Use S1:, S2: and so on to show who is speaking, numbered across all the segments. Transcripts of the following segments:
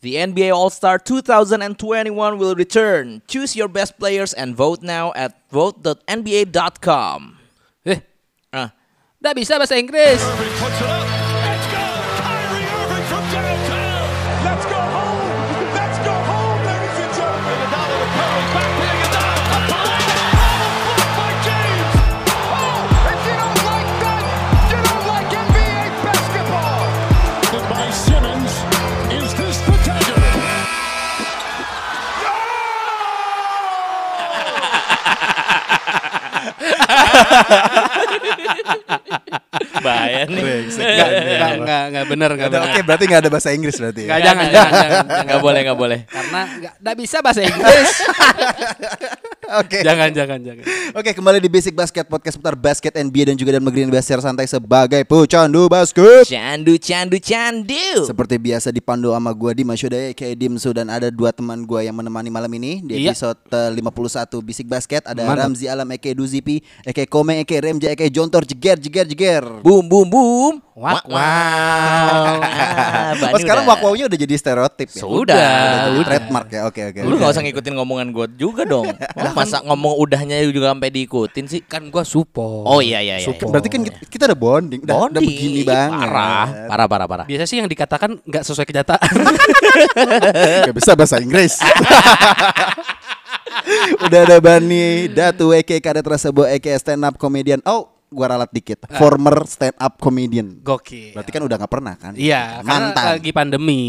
S1: The NBA All Star 2021 will return. Choose your best players and vote now at vote.nba.com.
S2: Eh,
S1: Ah,
S2: nggak bisa bahasa Inggris.
S3: Irving puts it up. Let's go! Kyrie Irving from downtown.
S4: Let's go home. Let's go home, ladies and gentlemen.
S3: Iguodala to Curry, back to Iguodala. Up the lane. Oh, blocked by James.
S4: Oh, if you don't like that, you don't like NBA basketball.
S3: By Simmons. Is this the dagger?
S1: bahaya nih.
S2: Nggak, nggak, nggak, nggak bener, nggak
S5: Ada-
S2: bener.
S5: Oke, berarti nggak ada bahasa Inggris berarti. ya?
S2: Nggak, jangan, jangan, jangan,
S1: Nggak boleh, nggak boleh.
S2: Karena nggak nggak bisa bahasa Inggris.
S5: Oke.
S2: jangan, jangan, jangan.
S5: Oke, kembali di Basic Basket Podcast seputar basket NBA dan juga dan Green Basir santai sebagai pecandu basket.
S1: Candu, candu, candu.
S5: Seperti biasa dipandu sama gua di Masyudaya kayak Dimsu dan ada dua teman gua yang menemani malam ini di
S2: Iya.
S5: episode eh, 51 Bisik Basket ada
S2: Mantap.
S5: Ramzi Alam Eke Duzipi, Eke Komeng, Eke Remja, Eke Jontor jeger jeger jeger.
S1: Boom, boom, boom.
S2: Wak,
S1: Wak, Ah, Bani
S5: Oh, sekarang
S1: udah.
S5: wakwaunya udah jadi stereotip ya.
S1: Sudah,
S5: Jadi
S1: udah.
S5: trademark ya. Oke, oke.
S1: Lu
S5: oke.
S1: gak usah ngikutin ngomongan gue juga dong. Lah, masa ngomong udahnya juga sampai diikutin sih?
S2: Kan gua support.
S1: Oh, iya, iya, iya.
S2: Support.
S5: Berarti kan kita, kita udah bonding, udah, udah
S1: Bondi.
S5: begini banget.
S1: Parah, parah, parah, parah.
S2: Biasa sih yang dikatakan nggak sesuai kenyataan.
S5: Gak bisa bahasa Inggris. Udah ada Bani, Datu, Eke, Karet Rasebo, Eke, stand up comedian. Oh, gua ralat dikit.
S2: Ah.
S5: Former stand up comedian.
S2: Gokil.
S5: Berarti kan udah gak pernah kan?
S2: Iya, karena
S5: Mantan.
S2: lagi pandemi,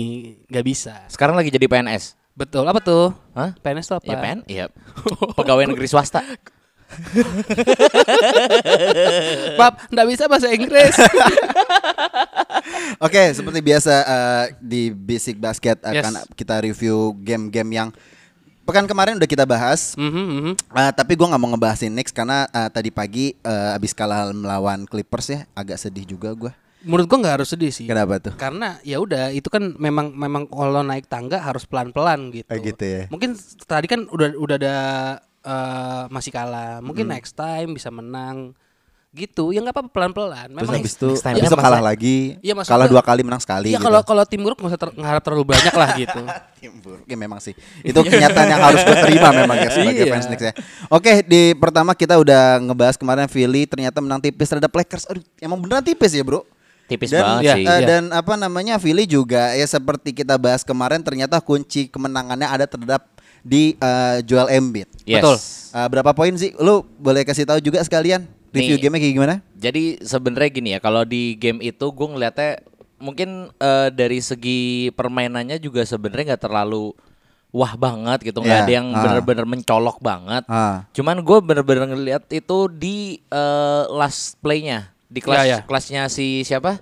S2: nggak bisa.
S1: Sekarang lagi jadi PNS.
S2: Betul, apa tuh?
S1: Hah?
S2: PNS tuh apa?
S1: Iya, PN? Iya. Pegawai negeri swasta.
S2: Bab, nggak bisa bahasa Inggris.
S5: Oke, seperti biasa eh, di Basic Basket akan kita review game-game yang pekan kemarin udah kita bahas.
S2: Mhm, mhm.
S5: Eh, tapi gua nggak mau ngebahasin Knicks karena eh, tadi pagi eh, abis kalah melawan Clippers ya agak sedih juga gua.
S2: Menurut gua nggak harus sedih sih.
S5: Kenapa tuh?
S2: Karena ya udah itu kan memang memang kalau naik tangga harus pelan-pelan gitu.
S5: Eh, gitu ya.
S2: Mungkin tadi kan udah udah ada eh, masih kalah.
S5: Hmm.
S2: Mungkin next time bisa menang. Gitu. Ya nggak apa-apa pelan-pelan.
S5: Terus
S2: Memang
S5: habis itu
S1: next ya, time-nya
S5: besok kalah
S1: masalah-
S5: lagi,
S2: Iya, maksud
S5: kalah
S2: gua-
S5: dua kali menang sekali.
S2: Iya
S5: gitu.
S2: kalau kalau tim grup nggak usah ter- ngarap terlalu banyak lah gitu.
S5: Oke Iya, memang sih Itu
S1: Iya.
S5: kenyataan yang harus gue terima memang ya Sebagai
S2: Iya.
S5: fans Knicks ya Oke di pertama kita udah ngebahas kemarin Philly ternyata menang tipis terhadap Lakers Aduh emang beneran tipis ya bro
S1: Tipis
S5: dan,
S1: banget
S5: ya,
S1: sih.
S5: eh,
S2: Iya.
S5: Dan apa namanya Philly juga ya seperti kita bahas kemarin ternyata kunci kemenangannya ada terhadap di eh, Joel Embiid.
S1: Yes.
S2: Betul.
S5: Eh, berapa poin sih? Lu boleh kasih tahu juga sekalian
S1: Nih.
S5: review gamenya kayak gimana?
S1: Jadi sebenarnya gini ya, kalau di game itu gue ngeliatnya mungkin eh, dari segi permainannya juga sebenarnya nggak terlalu wah banget gitu, nggak
S5: Iya,
S1: ada yang
S5: ah.
S1: bener-bener mencolok banget.
S5: Ah.
S1: Cuman gue bener-bener ngeliat itu di eh, last playnya di kelas
S2: Iya, iya.
S1: kelasnya si siapa?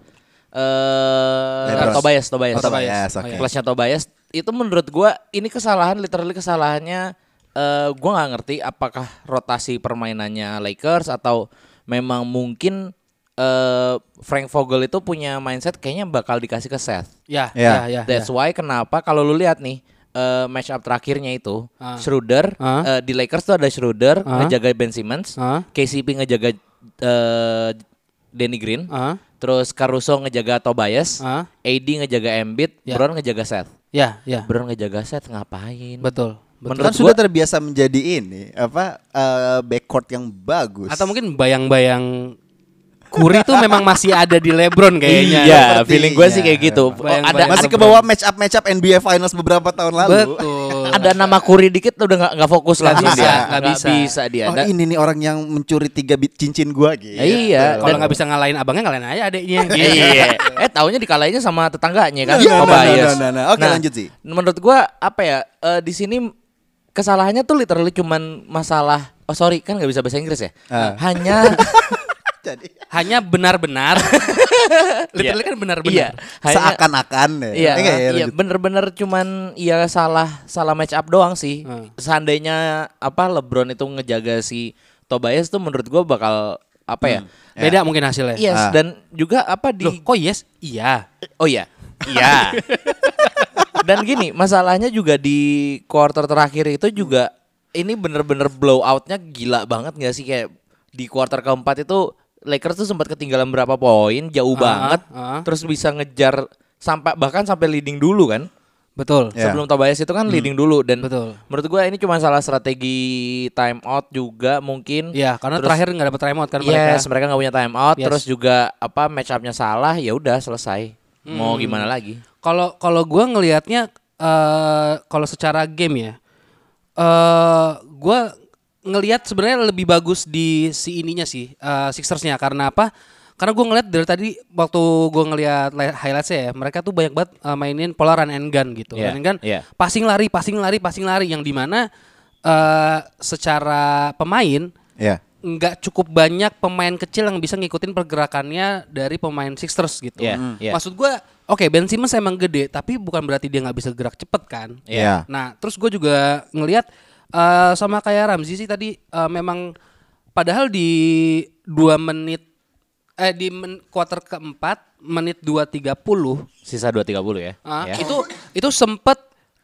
S1: eh
S5: Lebron.
S1: Tobias, Tobias,
S5: Tobias,
S1: Tobias.
S5: oke.
S1: Kelasnya Tobias itu menurut gua ini kesalahan literally kesalahannya eh gua nggak ngerti apakah rotasi permainannya Lakers atau memang mungkin eh Frank Vogel itu punya mindset kayaknya bakal dikasih ke Seth.
S2: Ya, ya,
S5: Ya,
S2: ya.
S1: That's
S2: ya.
S1: why kenapa kalau lu lihat nih eh match up terakhirnya itu
S2: Ah.
S1: Schroeder eh,
S2: Ah.
S1: di Lakers tuh ada Schroeder
S2: Ah.
S1: ngejaga Ben Simmons,
S2: Ah.
S1: KCP ngejaga eh Danny Green,
S2: Ah.
S1: terus Caruso ngejaga Tobias,
S2: Ah.
S1: AD ngejaga Embiid,
S2: Ya.
S1: Brown ngejaga Seth.
S2: Ya, ya.
S1: Brown ngejaga Seth ngapain?
S2: Betul. betul.
S1: Menurut
S5: kan sudah
S1: gua-
S5: terbiasa menjadi ini apa eh, backcourt yang bagus.
S2: Atau mungkin bayang-bayang Kuri tuh memang masih ada di LeBron kayaknya. Iya,
S1: Iya,
S5: sepertinya.
S1: feeling gue sih kayak gitu. Oh,
S2: Bayang-bayang.
S1: ada
S5: masih ke bawah match up match up NBA Finals beberapa tahun lalu.
S2: Betul.
S1: ada nama Curry dikit udah nggak nggak fokus
S2: Nggak
S1: langsung
S2: bisa,
S1: dia.
S2: nggak
S1: Nggak
S2: bisa.
S1: bisa dia.
S5: Oh
S1: Dan-
S5: ini nih orang yang mencuri tiga bit cincin gua gitu.
S1: Iya,
S2: Kalau
S1: Dan-
S2: nggak bisa ngalahin abangnya ngalahin aja adiknya.
S1: Iya. eh taunya dikalahinnya sama tetangganya kan.
S5: Iya,
S1: sama
S5: nah, nah,
S1: bias.
S5: nah, nah, nah. Oke, lanjut sih.
S1: Menurut gua apa ya? eh, di sini kesalahannya tuh literally cuman masalah Oh sorry kan nggak bisa bahasa Inggris ya.
S5: Ah.
S1: Hanya
S5: Jadi
S2: Hanya benar-benar. Literally kan
S1: iya.
S2: benar-benar.
S1: hanya-
S5: seakan-akan ya.
S1: Iya,
S5: Eh, nggak ya,
S1: iya,
S5: lanjut.
S1: bener-bener cuman ya salah salah match up doang sih.
S2: Hmm.
S1: Seandainya apa LeBron itu ngejaga si Tobias tuh menurut gua bakal apa ya?
S2: Beda mungkin hasilnya.
S1: Yes
S5: Ah.
S1: dan juga apa di
S2: Eh, Loh, kok yes? Iya.
S1: Oh iya. Iya. Dan gini, masalahnya juga di quarter terakhir itu juga ini bener-bener blowoutnya gila banget gak sih kayak di quarter keempat itu Lakers tuh sempat ketinggalan berapa poin, jauh
S2: Ah,
S1: banget,
S2: ah.
S1: terus bisa ngejar sampai bahkan sampai leading dulu kan?
S2: Betul.
S5: Ya.
S1: Sebelum Tobias itu kan leading dulu dan
S2: Iya. Hmm. Betul.
S1: menurut gua ini cuma salah strategi time out juga mungkin.
S2: Iya, karena
S1: Terus-
S2: terakhir nggak dapat remote kan
S1: Yes,
S2: mereka.
S1: mereka nggak punya time out,
S2: Yes.
S1: terus juga apa match up-nya salah, ya udah selesai.
S2: Hmm.
S1: Mau gimana lagi?
S2: Kalau kalau gua ngelihatnya eh kalau secara game ya eh gua ngelihat sebenarnya lebih bagus di si ininya sih eh, Sixersnya karena apa? Karena gua ngelihat dari tadi waktu gua ngelihat li- highlightsnya ya, mereka tuh banyak banget eh, mainin pola run and gun gitu.
S1: Iya,
S2: Run and gun,
S1: iya.
S2: passing lari, passing lari, passing lari yang dimana eh secara pemain
S5: Ya.
S2: nggak cukup banyak pemain kecil yang bisa ngikutin pergerakannya dari pemain Sixers gitu.
S1: Iya, Hmm. iya.
S2: Maksud gua oke Ben Simmons emang gede, tapi bukan berarti dia nggak bisa gerak cepet kan.
S5: Iya.
S2: Nah, terus gue juga ngelihat eh, sama kayak Ramzi sih tadi eh, memang padahal di dua menit eh di men- quarter keempat menit 2.30
S1: Sisa 2.30 ya.
S2: ah,
S1: ya.
S2: itu itu sempet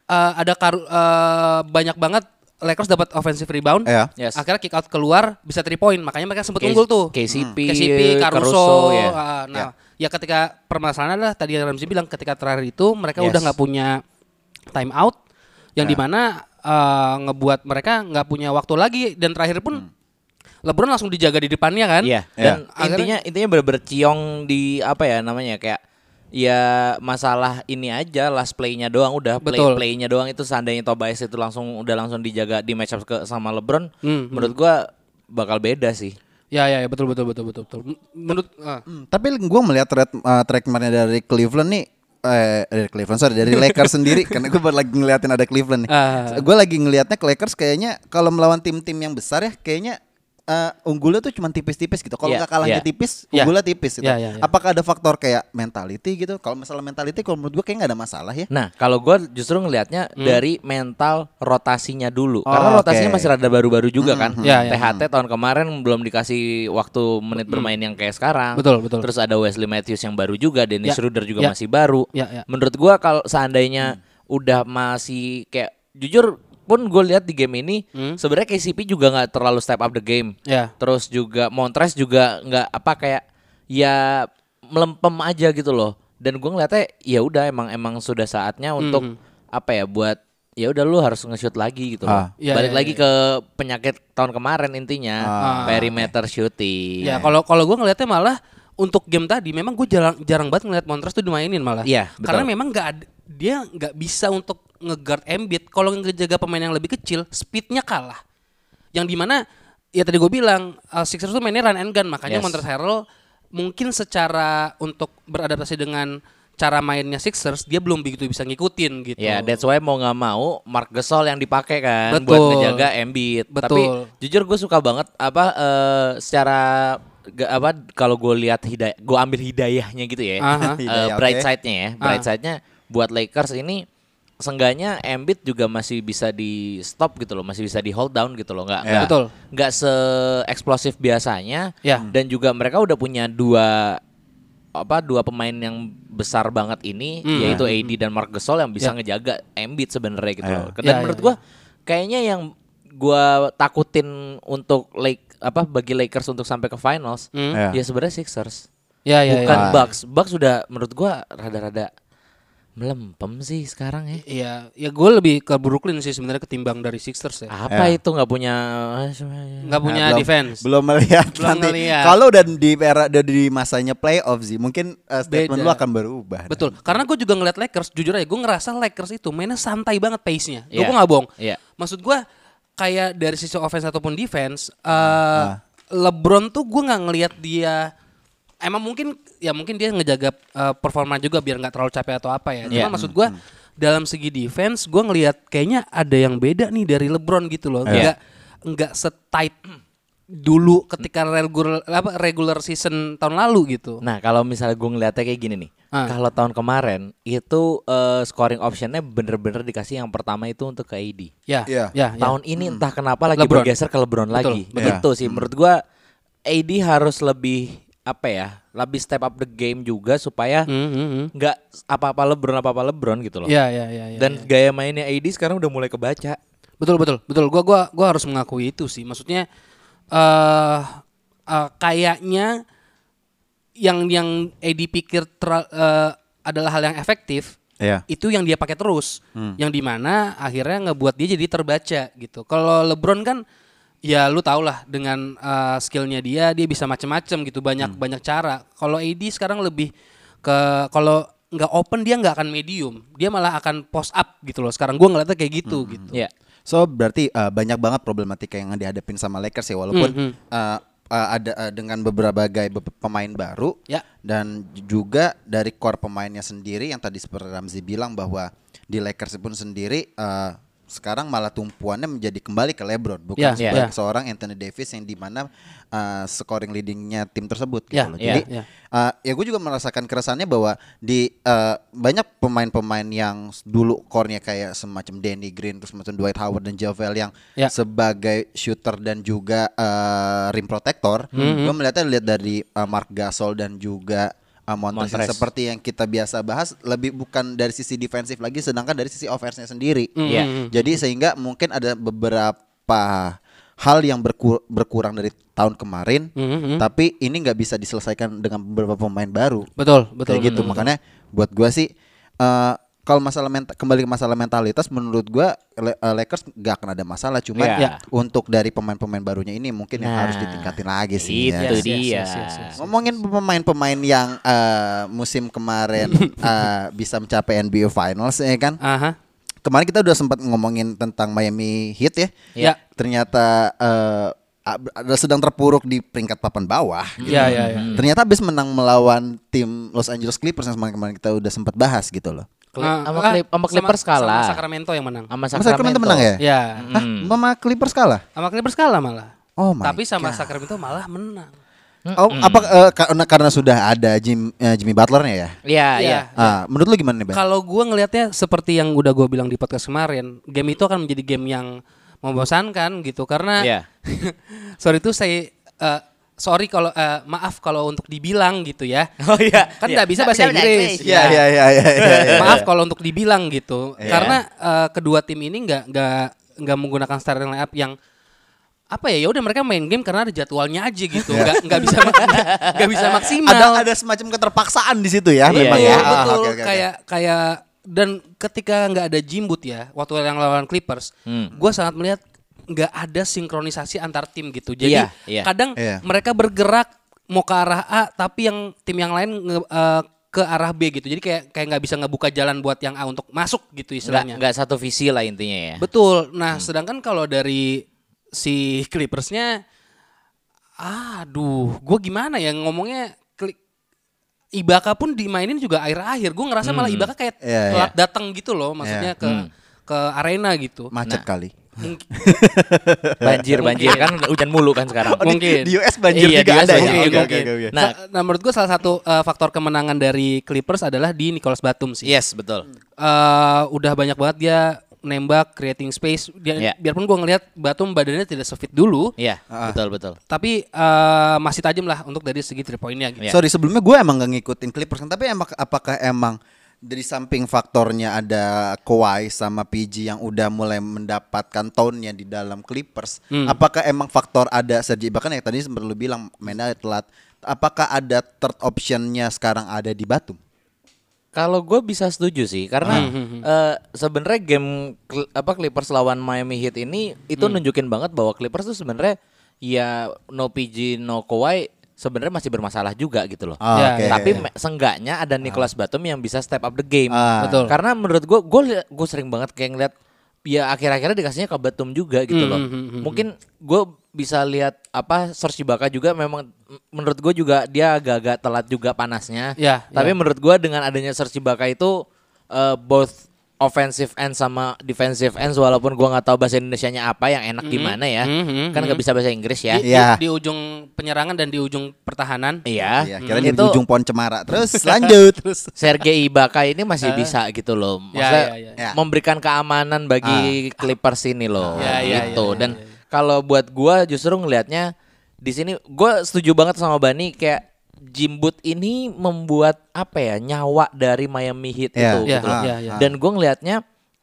S2: eh, ada karu- eh, banyak banget Lakers dapat offensive rebound.
S5: Iya.
S1: Yes.
S2: Akhirnya kick out keluar bisa 3 point, makanya mereka sempet
S1: K-
S2: unggul tuh. Hmm.
S1: KCP,
S2: KCP, Caruso,
S1: ya.
S2: ah, nah, ya ketika permasalahan adalah tadi yang Ramzi bilang ketika terakhir itu mereka
S1: Yes. Ya.
S2: udah nggak punya time out yang dimana eh, ngebuat mereka nggak punya waktu lagi dan terakhir pun LeBron langsung dijaga di depannya kan.
S1: Hmm. Iya.
S5: Iya.
S1: Dan
S2: Akhirnya-
S1: intinya intinya bener-bener ciong di apa ya namanya kayak ya masalah ini aja last play-nya doang udah play
S2: Betul.
S1: play-nya doang itu seandainya Tobias itu langsung udah langsung dijaga di match up ke sama LeBron,
S2: Hmm,
S1: menurut gua bakal beda sih.
S2: Ya ya ya, betul betul betul betul betul. M- Menurut ah.
S5: Hmm, Tapi gue melihat track uh, track recordnya dari Cleveland nih eh dari Cleveland sorry dari Lakers sendiri karena gue lagi ngeliatin ada Cleveland nih.
S2: Ah.
S5: Gue lagi ngelihatnya ke Lakers kayaknya kalau melawan tim-tim yang besar ya kayaknya eh, unggulnya tuh cuman tipis-tipis gitu. Kalau
S1: Iya,
S5: nggak
S1: iya.
S5: kalahnya tipis,
S1: Iya.
S5: unggulnya tipis gitu.
S2: Iya, iya, iya.
S5: Apakah ada faktor kayak mentality gitu? Kalau masalah mentality kalau menurut gue kayak nggak ada masalah ya.
S1: Nah, kalau gua justru ngelihatnya
S2: Hmm.
S1: dari mental rotasinya dulu. Karena
S5: oke.
S1: rotasinya masih rada baru-baru juga kan.
S2: Oh, Ya, ya.
S1: THT tahun kemarin belum dikasih waktu menit bermain yang kayak sekarang.
S2: Betul, betul.
S1: Terus ada Wesley Matthews yang baru juga, Dennis
S2: Ya,
S1: Schroeder juga
S2: ya.
S1: masih baru.
S2: Ya, ya.
S1: Menurut gua kalau seandainya udah masih kayak jujur pun gue lihat di game ini
S2: Hmm.
S1: sebenarnya KCP juga nggak terlalu step up the game.
S2: Ya.
S1: Terus juga Montres juga nggak apa kayak ya melempem aja gitu loh. Dan gue ngeliatnya ya udah emang emang sudah saatnya untuk apa ya buat ya udah lu harus nge-shoot lagi gitu loh.
S5: Ah.
S2: Iya,
S1: Balik
S2: iya,
S1: lagi ke penyakit tahun kemarin intinya perimeter shooting.
S2: Ya kalau kalau gue ngelihatnya malah untuk game tadi memang gue jarang jarang banget ngeliat Montres tuh dimainin malah.
S1: Iya, betul.
S2: Karena memang nggak ad- dia nggak bisa untuk ngeguard Embiid kalau ngejaga pemain yang lebih kecil speednya kalah. Yang dimana ya tadi gue bilang uh, Sixers tuh mainnya run and gun makanya
S1: Yes.
S2: Montrezl Harrell mungkin secara untuk beradaptasi dengan cara mainnya Sixers dia belum begitu bisa ngikutin gitu.
S1: Ya, that's why mau nggak mau Mark Gasol yang dipakai kan buat
S2: Betul.
S1: ngejaga Embiid. Tapi
S2: Betul.
S1: jujur gue suka banget apa eh, secara ga- apa kalau gue lihat hidayah, gue ambil hidayahnya gitu ya,
S2: Aha. Ah.
S1: Eh,
S5: Hidayah,
S1: bright
S5: oke.
S1: side-nya ya, bright side-nya buat Lakers ini sengganya Embiid juga masih bisa di stop gitu loh, masih bisa di hold down gitu loh, nggak
S5: Ya.
S1: nggak-
S2: Betul.
S1: nggak se eksplosif biasanya.
S2: Ya.
S1: Dan juga mereka udah punya dua apa dua pemain yang besar banget ini yaitu AD dan Mark Gasol yang bisa ngejaga Embiid sebenarnya gitu. loh. Dan
S2: Ya, ya,
S1: menurut
S2: ya.
S1: gua kayaknya yang gua takutin untuk Lake apa bagi Lakers untuk sampai ke finals
S5: Hmm.
S1: ya sebenarnya Sixers.
S2: Ya ya
S1: Bukan
S2: ya.
S5: Ah.
S1: Bucks. Bucks sudah menurut gua rada-rada melempem sih sekarang ya.
S2: Iya, ya gue lebih ke Brooklyn sih sebenarnya ketimbang dari Sixers ya.
S1: Apa
S5: Ya.
S1: itu nggak punya
S2: Nggak punya
S5: belum-
S2: defense.
S5: Belum melihat
S2: Belum
S5: nanti.
S2: ngeliat.
S5: Kalau udah di era udah di masanya playoff sih, mungkin uh, statement
S2: Beda.
S5: lu akan berubah.
S2: Betul. Karena gue juga ngeliat Lakers, jujur aja gue ngerasa Lakers itu mainnya santai banget pace-nya. Gue
S1: Iya.
S2: nggak bohong.
S1: Iya.
S2: Maksud gue kayak dari sisi offense ataupun defense,
S1: Ah,
S2: eh LeBron tuh gue nggak ngeliat dia. Emang mungkin ya mungkin dia ngejaga eh, performa juga biar nggak terlalu capek atau apa ya.
S1: Iya.
S2: Cuma maksud gue dalam segi defense gue ngeliat kayaknya ada yang beda nih dari LeBron gitu loh.
S1: Iya.
S2: Nggak nggak setight dulu ketika regular apa regular season tahun lalu gitu.
S1: Nah, kalau misalnya gue ngeliatnya kayak gini nih.
S2: Ah.
S1: Kalau tahun kemarin itu eh, scoring optionnya bener-bener dikasih yang pertama itu untuk ke AD.
S2: Ya,
S5: Iya.
S2: ya, ya.
S1: Tahun ini entah kenapa lagi
S2: LeBron.
S1: bergeser ke LeBron lagi.
S5: betul.
S1: Itu sih menurut gua AD harus lebih apa ya? Lebih step up the game juga supaya
S2: Hmm, hmm, hmm.
S1: nggak apa-apa LeBron apa-apa LeBron gitu loh.
S2: Iya, iya, iya, iya.
S1: Dan gaya mainnya AD sekarang udah mulai kebaca.
S2: betul betul betul gua gua gua harus mengakui itu sih maksudnya eh eh, kayaknya yang yang Edi pikir ter- eh, adalah hal yang efektif
S5: Iya.
S2: itu yang dia pakai terus yang dimana akhirnya ngebuat dia jadi terbaca gitu kalau LeBron kan ya lu tau lah dengan eh, skillnya dia dia bisa macem-macem gitu banyak banyak cara kalau AD sekarang lebih ke kalau nggak open dia nggak akan medium dia malah akan post up gitu loh sekarang gua ngeliatnya kayak gitu gitu
S1: Iya.
S5: So berarti uh, banyak banget problematika yang dihadapin sama Lakers ya walaupun
S2: Mhm.
S5: uh, uh, ada uh, dengan beberapa gay be- pemain baru
S2: Ya.
S5: dan j- juga dari core pemainnya sendiri yang tadi seperti Ramzi bilang bahwa di Lakers pun sendiri uh, sekarang malah tumpuannya menjadi kembali ke LeBron
S2: Ya,
S5: bukan
S2: ya.
S5: sebagai seorang Anthony Davis yang dimana uh, scoring leadingnya tim tersebut gitu
S2: Ya,
S5: loh.
S2: ya,
S5: Jadi
S2: ya.
S5: Uh, ya gue juga merasakan keresahannya bahwa di uh, banyak pemain-pemain yang s- dulu core-nya kayak semacam Danny Green terus macam Dwight Howard dan Javel yang
S2: Ya.
S5: sebagai shooter dan juga uh, rim protector gue melihatnya lihat dari uh, Mark Gasol dan juga uh, Montrez yang
S1: Montrez.
S5: seperti yang kita biasa bahas lebih bukan dari sisi defensif lagi sedangkan dari sisi offense-nya sendiri
S2: Mm-hmm.
S1: Iya.
S2: Mhm.
S5: jadi sehingga mungkin ada beberapa hal yang berkur- berkurang dari tahun kemarin,
S2: Mhm. Hmm? Mm-hmm.
S5: tapi ini nggak bisa diselesaikan dengan beberapa pemain baru.
S2: betul betul
S5: Kayak gitu. Makanya buat gua sih eh, kalau masalah menta- kembali ke masalah mentalitas menurut gua Le- eh, Lakers nggak akan ada masalah cuman
S1: Iya.
S5: ya, untuk dari pemain-pemain barunya ini mungkin yang
S1: Nah,
S5: harus ditingkatin lagi sih.
S1: Itu
S5: ya.
S2: Yes, yes,
S1: dia.
S2: yes, yes, yes.
S5: Ngomongin pemain-pemain yang eh, musim kemarin eh, bisa mencapai NBA Finals ya kan?
S2: aha
S5: kemarin kita udah sempat ngomongin tentang Miami Heat ya.
S2: Iya.
S5: Ternyata eh, ab- ada sedang terpuruk di peringkat papan bawah. gitu.
S2: ya ya
S1: Hmm.
S2: ya
S5: Ternyata abis menang melawan tim Los Angeles Clippers yang kemarin kemarin kita udah sempat bahas gitu loh.
S1: Cli-
S2: Ah,
S1: sama
S2: ah,
S1: Clip- sama
S2: sama-
S1: Clippers kalah.
S2: sama Sacramento yang menang
S1: Sama
S5: Masa Sacramento menang ya?
S2: ya
S1: Hmm.
S5: Hah, Mama Clippers kalah.
S2: sama Clippers kalah malah
S5: Oh my
S2: tapi sama
S5: God.
S2: Sacramento malah menang
S1: Hmm.
S5: Oh, apa eh, karena karena sudah ada Jim eh, Jimmy Butler-nya ya?
S1: Iya,
S2: Iya.
S1: iya.
S5: Ah, menurut lu gimana nih, Ben?
S2: Kalau gue ngelihatnya seperti yang udah gue bilang di podcast kemarin, game itu akan menjadi game yang membosankan gitu karena
S1: Iya.
S2: sorry itu saya eh, sorry kalau eh, maaf kalau untuk dibilang gitu ya.
S1: Oh iya.
S2: Kan
S1: Iya.
S2: nggak bisa bahasa Inggris. Ya.
S5: Iya, iya, iya, iya, iya, iya.
S2: Maaf kalau untuk dibilang gitu karena eh, kedua tim ini nggak nggak nggak menggunakan starting lineup yang apa ya ya udah mereka main game karena ada jadwalnya aja gitu
S5: Iya.
S2: nggak nggak bisa nggak bisa maksimal
S5: ada ada semacam keterpaksaan di situ ya,
S1: Iya,
S5: memang
S2: betul,
S5: ya. Ah,
S2: betul.
S5: oke, oke, oke.
S2: kayak kayak dan ketika nggak ada jimbut ya waktu yang lawan Clippers,
S1: Hmm.
S2: gue sangat melihat nggak ada sinkronisasi antar tim gitu. Jadi
S1: Iya, iya.
S2: kadang
S5: Iya.
S2: mereka bergerak mau ke arah A tapi yang tim yang lain nge- eh, ke arah B gitu. Jadi kayak kayak nggak bisa ngebuka jalan buat yang A untuk masuk gitu
S1: Nggak
S2: istilahnya.
S1: nggak satu visi lah intinya ya.
S2: Betul. Nah,
S5: Hmm.
S2: sedangkan kalau dari si Clippersnya, aduh, gue gimana ya ngomongnya? Klik, Ibaka pun dimainin juga akhir-akhir. Gue ngerasa malah Ibaka kayak
S5: Iya, Hmm.
S2: telat datang gitu loh, maksudnya ke ke arena gitu.
S1: Nah.
S5: macet kali.
S2: Mungkin-
S1: Banjir, banjir kan hujan mulu kan sekarang.
S5: Oh, di-
S2: mungkin.
S5: di US banjir
S1: Iya,
S5: juga
S1: di US
S5: ada ya?
S1: banjir
S5: Oke,
S1: juga.
S5: oke, oke, oke.
S2: Nah, nah, menurut gue salah satu eh, faktor kemenangan dari Clippers adalah di Nicholas Batum
S5: Iya.
S2: sih.
S1: Yes, betul.
S2: eh udah banyak banget dia nembak, creating space. Dia,
S1: Iya.
S2: Biarpun gue ngelihat Batum badannya tidak sefit dulu,
S1: Iya, betul, betul.
S2: tapi eh, masih tajam lah untuk dari segi three pointnya gitu.
S1: Iya.
S5: Sorry sebelumnya gue emang gak ngikutin Clippers kan, tapi emang apakah emang dari samping faktornya ada Kawhi sama PG yang udah mulai mendapatkan tone-nya di dalam Clippers. Apakah emang faktor ada Serge Ibaka yang tadi sempat lu bilang mainnya telat. Apakah ada third option-nya sekarang ada di Batum?
S1: Kalau gue bisa setuju sih, karena
S5: Hmm.
S1: eh, sebenarnya game Cl- apa Clippers lawan Miami Heat ini itu
S5: Hmm.
S1: nunjukin banget bahwa Clippers tuh sebenarnya ya no PG no Kawhi sebenarnya masih bermasalah juga gitu loh.
S5: Ah,
S2: Ya,
S5: oke.
S1: Tapi me- seenggaknya ada Nicholas Batum yang bisa step up the game.
S5: Ah.
S2: Betul.
S1: Karena menurut gue, gue gue sering banget kayak ngeliat ya akhir-akhirnya dikasihnya ke Batum juga gitu
S5: Hmm,
S1: loh. Mungkin gue bisa lihat apa Serge Ibaka juga memang m- menurut gue juga dia agak-agak telat juga panasnya.
S2: Ya,
S1: Tapi
S2: ya.
S1: menurut gue dengan adanya Serge Ibaka itu eh, both offensive end sama defensive end walaupun gua nggak tahu bahasa Indonesianya apa yang
S2: Mm-hmm.
S1: enak gimana ya.
S2: mhm,
S1: Kan nggak bisa bahasa Inggris ya.
S2: Di, di-
S5: Iya.
S2: di ujung penyerangan dan di ujung pertahanan.
S1: Iya.
S5: Ya,
S1: kira
S5: kira di ujung pohon cemara. Terus lanjut.
S1: Sergei Ibaka ini masih bisa gitu loh. Maksudnya
S2: Eh. ya, ya, Ah.
S5: ya.
S1: memberikan keamanan bagi Clippers ini loh.
S2: Ya, ya,
S1: gitu.
S2: ya, ya,
S1: Dan kalau buat gua justru ngelihatnya di sini gua setuju banget sama Bani kayak Jimbut ini membuat apa ya nyawa dari Miami Heat
S5: Ya,
S1: itu
S2: ya,
S1: gitu loh.
S2: ya, ya.
S1: Dan gua ngelihatnya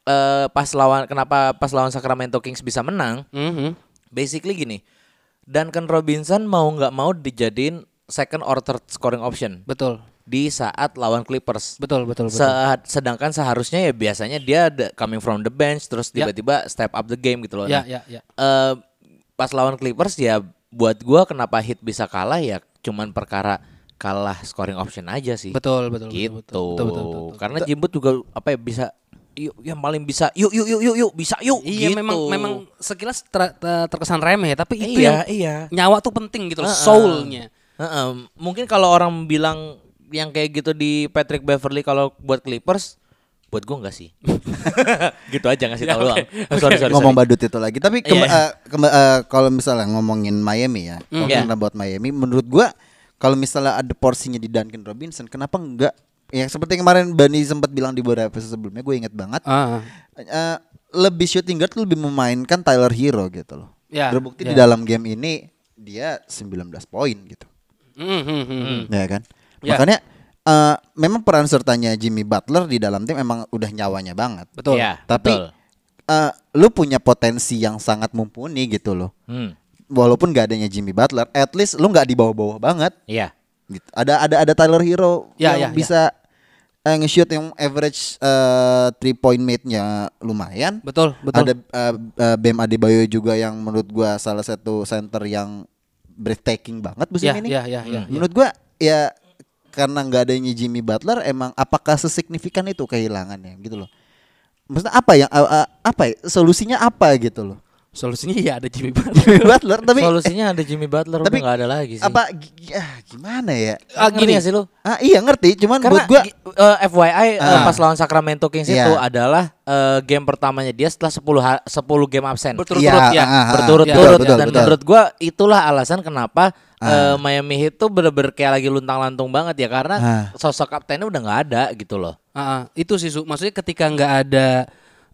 S1: eh, pas lawan kenapa pas lawan Sacramento Kings bisa menang
S2: Mhm.
S1: basically gini. Duncan Robinson mau nggak mau dijadiin second or third scoring option
S2: Betul.
S1: di saat lawan Clippers.
S2: Betul, betul, betul.
S1: Se- sedangkan seharusnya ya biasanya dia ada coming from the bench terus
S2: Ya.
S1: tiba-tiba step up the game gitu loh.
S2: Ya,
S1: Nah,
S2: ya, ya.
S1: eh, pas lawan Clippers ya buat gua kenapa hit bisa kalah ya cuman perkara kalah scoring option aja sih.
S2: Betul, betul, betul,
S1: Gitu. Kan
S2: betul, betul, betul, betul, betul.
S1: Karena Jimbut juga apa ya bisa yuk yang paling bisa yuk yuk yuk yuk yuk bisa yuk
S2: Iya,
S1: gitu.
S2: memang memang sekilas ter- ter- terkesan remeh, tapi itu
S1: Iya,
S2: yang
S1: iya.
S2: nyawa tuh penting gitu loh,
S1: Heeh.
S2: soul-nya.
S1: Heeh, mungkin kalau orang bilang yang kayak gitu di Patrick Beverly kalau buat Clippers buat gua enggak sih. gitu aja ngasih tahu doang. Sorry, sorry,
S5: ngomong
S1: sorry.
S5: badut itu lagi. Tapi kemba-
S1: Iya.
S5: eh, kemba- eh, kalau misalnya ngomongin Miami ya, kalau
S1: Iya.
S5: kita buat Miami, menurut gua kalau misalnya ada porsinya di Duncan Robinson, kenapa enggak? Ya seperti kemarin Bani sempat bilang di beberapa episode sebelumnya, gue inget banget.
S2: Ah.
S5: eh, lebih shooting guard lebih memainkan Tyler Hero gitu loh.
S2: Iya,
S5: Terbukti di
S2: iya.
S5: dalam game ini dia 19 poin gitu.
S2: Mm, mm, mm,
S1: Hmm.
S2: mm.
S5: Ya kan?
S2: Ya.
S5: Makanya eh, memang peran sertanya Jimmy Butler di dalam tim emang udah nyawanya banget.
S2: Betul.
S1: Iya,
S5: Tapi
S1: betul.
S5: eh, lu punya potensi yang sangat mumpuni gitu loh.
S1: Hmm,
S5: Walaupun gak adanya Jimmy Butler, at least lu nggak di bawah-bawah banget.
S1: iya.
S5: Gitu. Ada ada ada Tyler Hero
S2: Ya, ya,
S5: yang
S2: ya.
S5: bisa eh, nge-shoot yang average eh, three point mate-nya lumayan.
S2: Betul, betul.
S5: Ada eh, eh, Bam Adebayo juga yang menurut gua salah satu center yang breathtaking banget musim
S1: Iya,
S2: Ya,
S5: ini.
S2: ya,
S1: Hmm.
S2: ya, ya, ya.
S5: Nah, iya. Menurut gua ya karena nggak adanya Jimmy Butler emang apakah sesignifikan itu kehilangannya gitu loh. Maksudnya apa yang a- a- apa ya, solusinya apa gitu loh.
S2: Solusinya ya ada Jimmy Butler.
S5: Jimmy Butler tapi
S1: Solusinya ada Jimmy Butler
S5: tapi
S1: udah nggak ada lagi sih.
S5: apa gi- gi- ah, gimana ya?
S1: Ah,
S2: gini.
S1: gini sih lu?
S5: Ah iya ngerti, cuman
S1: Karena
S5: menurut gua ya,
S1: gi- eh, FYI eh,
S5: Ah.
S1: pas lawan Sacramento Kings
S5: Iya.
S1: itu adalah eh, game pertamanya dia setelah 10 ha- 10 game absen.
S2: Berturut-turut
S5: Iya,
S2: ya.
S5: ah, ah, ah.
S1: berturut-turut
S5: Betul, betul,
S1: dan
S5: betul.
S1: menurut gua itulah alasan kenapa eh, Miami Heat tuh bener-bener kayak lagi luntang-lantung banget ya karena
S5: Ah.
S1: sosok kaptennya udah nggak ada gitu loh.
S2: Ah, ah. itu sih Su. maksudnya ketika nggak ada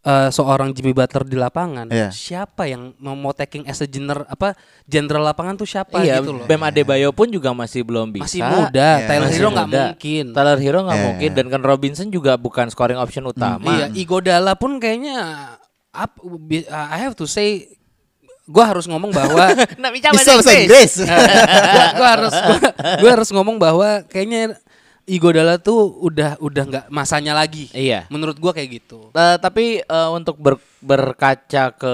S2: eh, seorang Jimmy Butler di lapangan,
S5: Iya.
S2: siapa yang mau, mau taking as a general apa jenderal lapangan tuh siapa
S1: Iya,
S2: gitu loh.
S1: Bam Adebayo pun juga masih belum bisa. Iya,
S2: Masih muda, Tyler
S1: Masih
S2: Hero nggak
S1: muda.
S2: mungkin.
S1: Tyler Hero nggak
S5: Iya.
S1: mungkin dan Ken Robinson juga bukan scoring option utama.
S2: Iya, Igodala pun kayaknya up, bi- I have to say gua harus ngomong bahwa
S5: bisa bahasa Inggris.
S2: gua, gua harus gua, gua harus ngomong bahwa kayaknya Igodala tuh udah udah nggak masanya lagi.
S1: Iya.
S2: Menurut gua kayak gitu.
S1: Eh, tapi eh, untuk ber- berkaca ke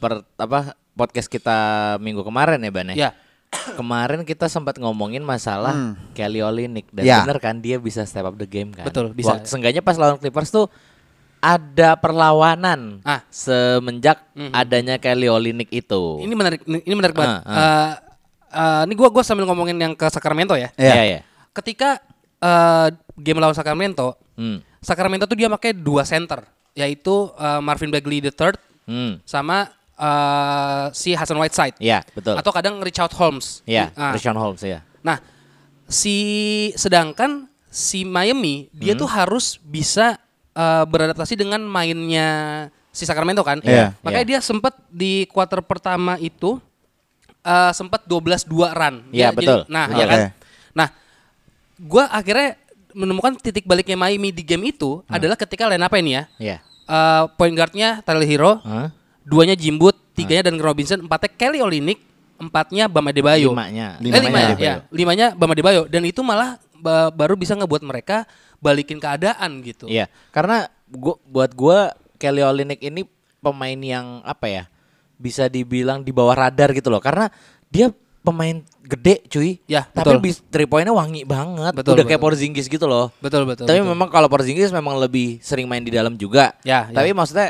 S1: per- apa podcast kita minggu kemarin ya Bane.
S2: Ya. Hmm.
S1: Kemarin kita sempat ngomongin masalah Kelly Olynyk dan
S5: Ya.
S1: bener kan dia bisa step up the game kan.
S2: Betul, bisa.
S1: Wak- seenggaknya pas lawan Clippers tuh ada perlawanan
S2: Ah. Hmm.
S1: semenjak adanya Kelly Olynyk itu.
S2: Ini menarik ini menarik banget.
S1: Gitu. Ah,
S2: Eh eh, ini gua gua sambil ngomongin yang ke Sacramento ya.
S1: Iya,
S5: Iya.
S1: iya.
S2: Ketika eh, game lawan Sacramento,
S1: Hmm.
S2: Sacramento tuh dia pakai dua center, yaitu eh, Marvin Bagley the third
S1: Hmm.
S2: sama eh, si Hasan Whiteside.
S1: Iya, betul.
S2: Atau kadang Richard Holmes.
S1: Iya,
S2: Ah.
S1: Rashawn Holmes ya.
S2: Nah, si sedangkan si Miami dia
S1: Hmm.
S2: tuh harus bisa eh, beradaptasi dengan mainnya si Sacramento kan.
S5: Iya.
S2: Makanya dia sempat di kuarter pertama itu eh, sempat 12-2 run.
S1: Iya,
S2: Dia-
S1: betul.
S2: Jadi, nah,
S1: Betul. Iya.
S2: ya kan.
S5: Oke.
S2: Nah, gua akhirnya menemukan titik baliknya Miami di game itu
S1: Hmm.
S2: adalah ketika line up ini ya.
S1: Iya.
S2: Eh, point guardnya Tyler Hero,
S1: Hah?
S2: duanya Jimbut,
S1: Nah.
S2: tiganya dan Robinson, empatnya Kelly Olynyk, empatnya Bam Adebayo.
S1: Limanya.
S2: Eh, limanya,
S1: Adebayo.
S2: ya. Limanya Bam Adebayo dan itu malah ba- baru bisa ngebuat mereka balikin keadaan gitu.
S1: Iya, karena gua, buat gua Kelly Olynyk ini pemain yang apa ya? Bisa dibilang di bawah radar gitu loh. Karena dia pemain gede, cuy.
S2: Ya,
S1: tapi
S2: betul.
S1: bis three point-nya wangi banget.
S2: Betul,
S1: Udah kayak
S2: betul.
S1: Porzingis gitu loh.
S2: Betul betul.
S1: tapi
S2: betul.
S1: memang kalau Porzingis memang lebih sering main di dalam juga.
S2: Ya,
S1: tapi
S2: ya.
S1: maksudnya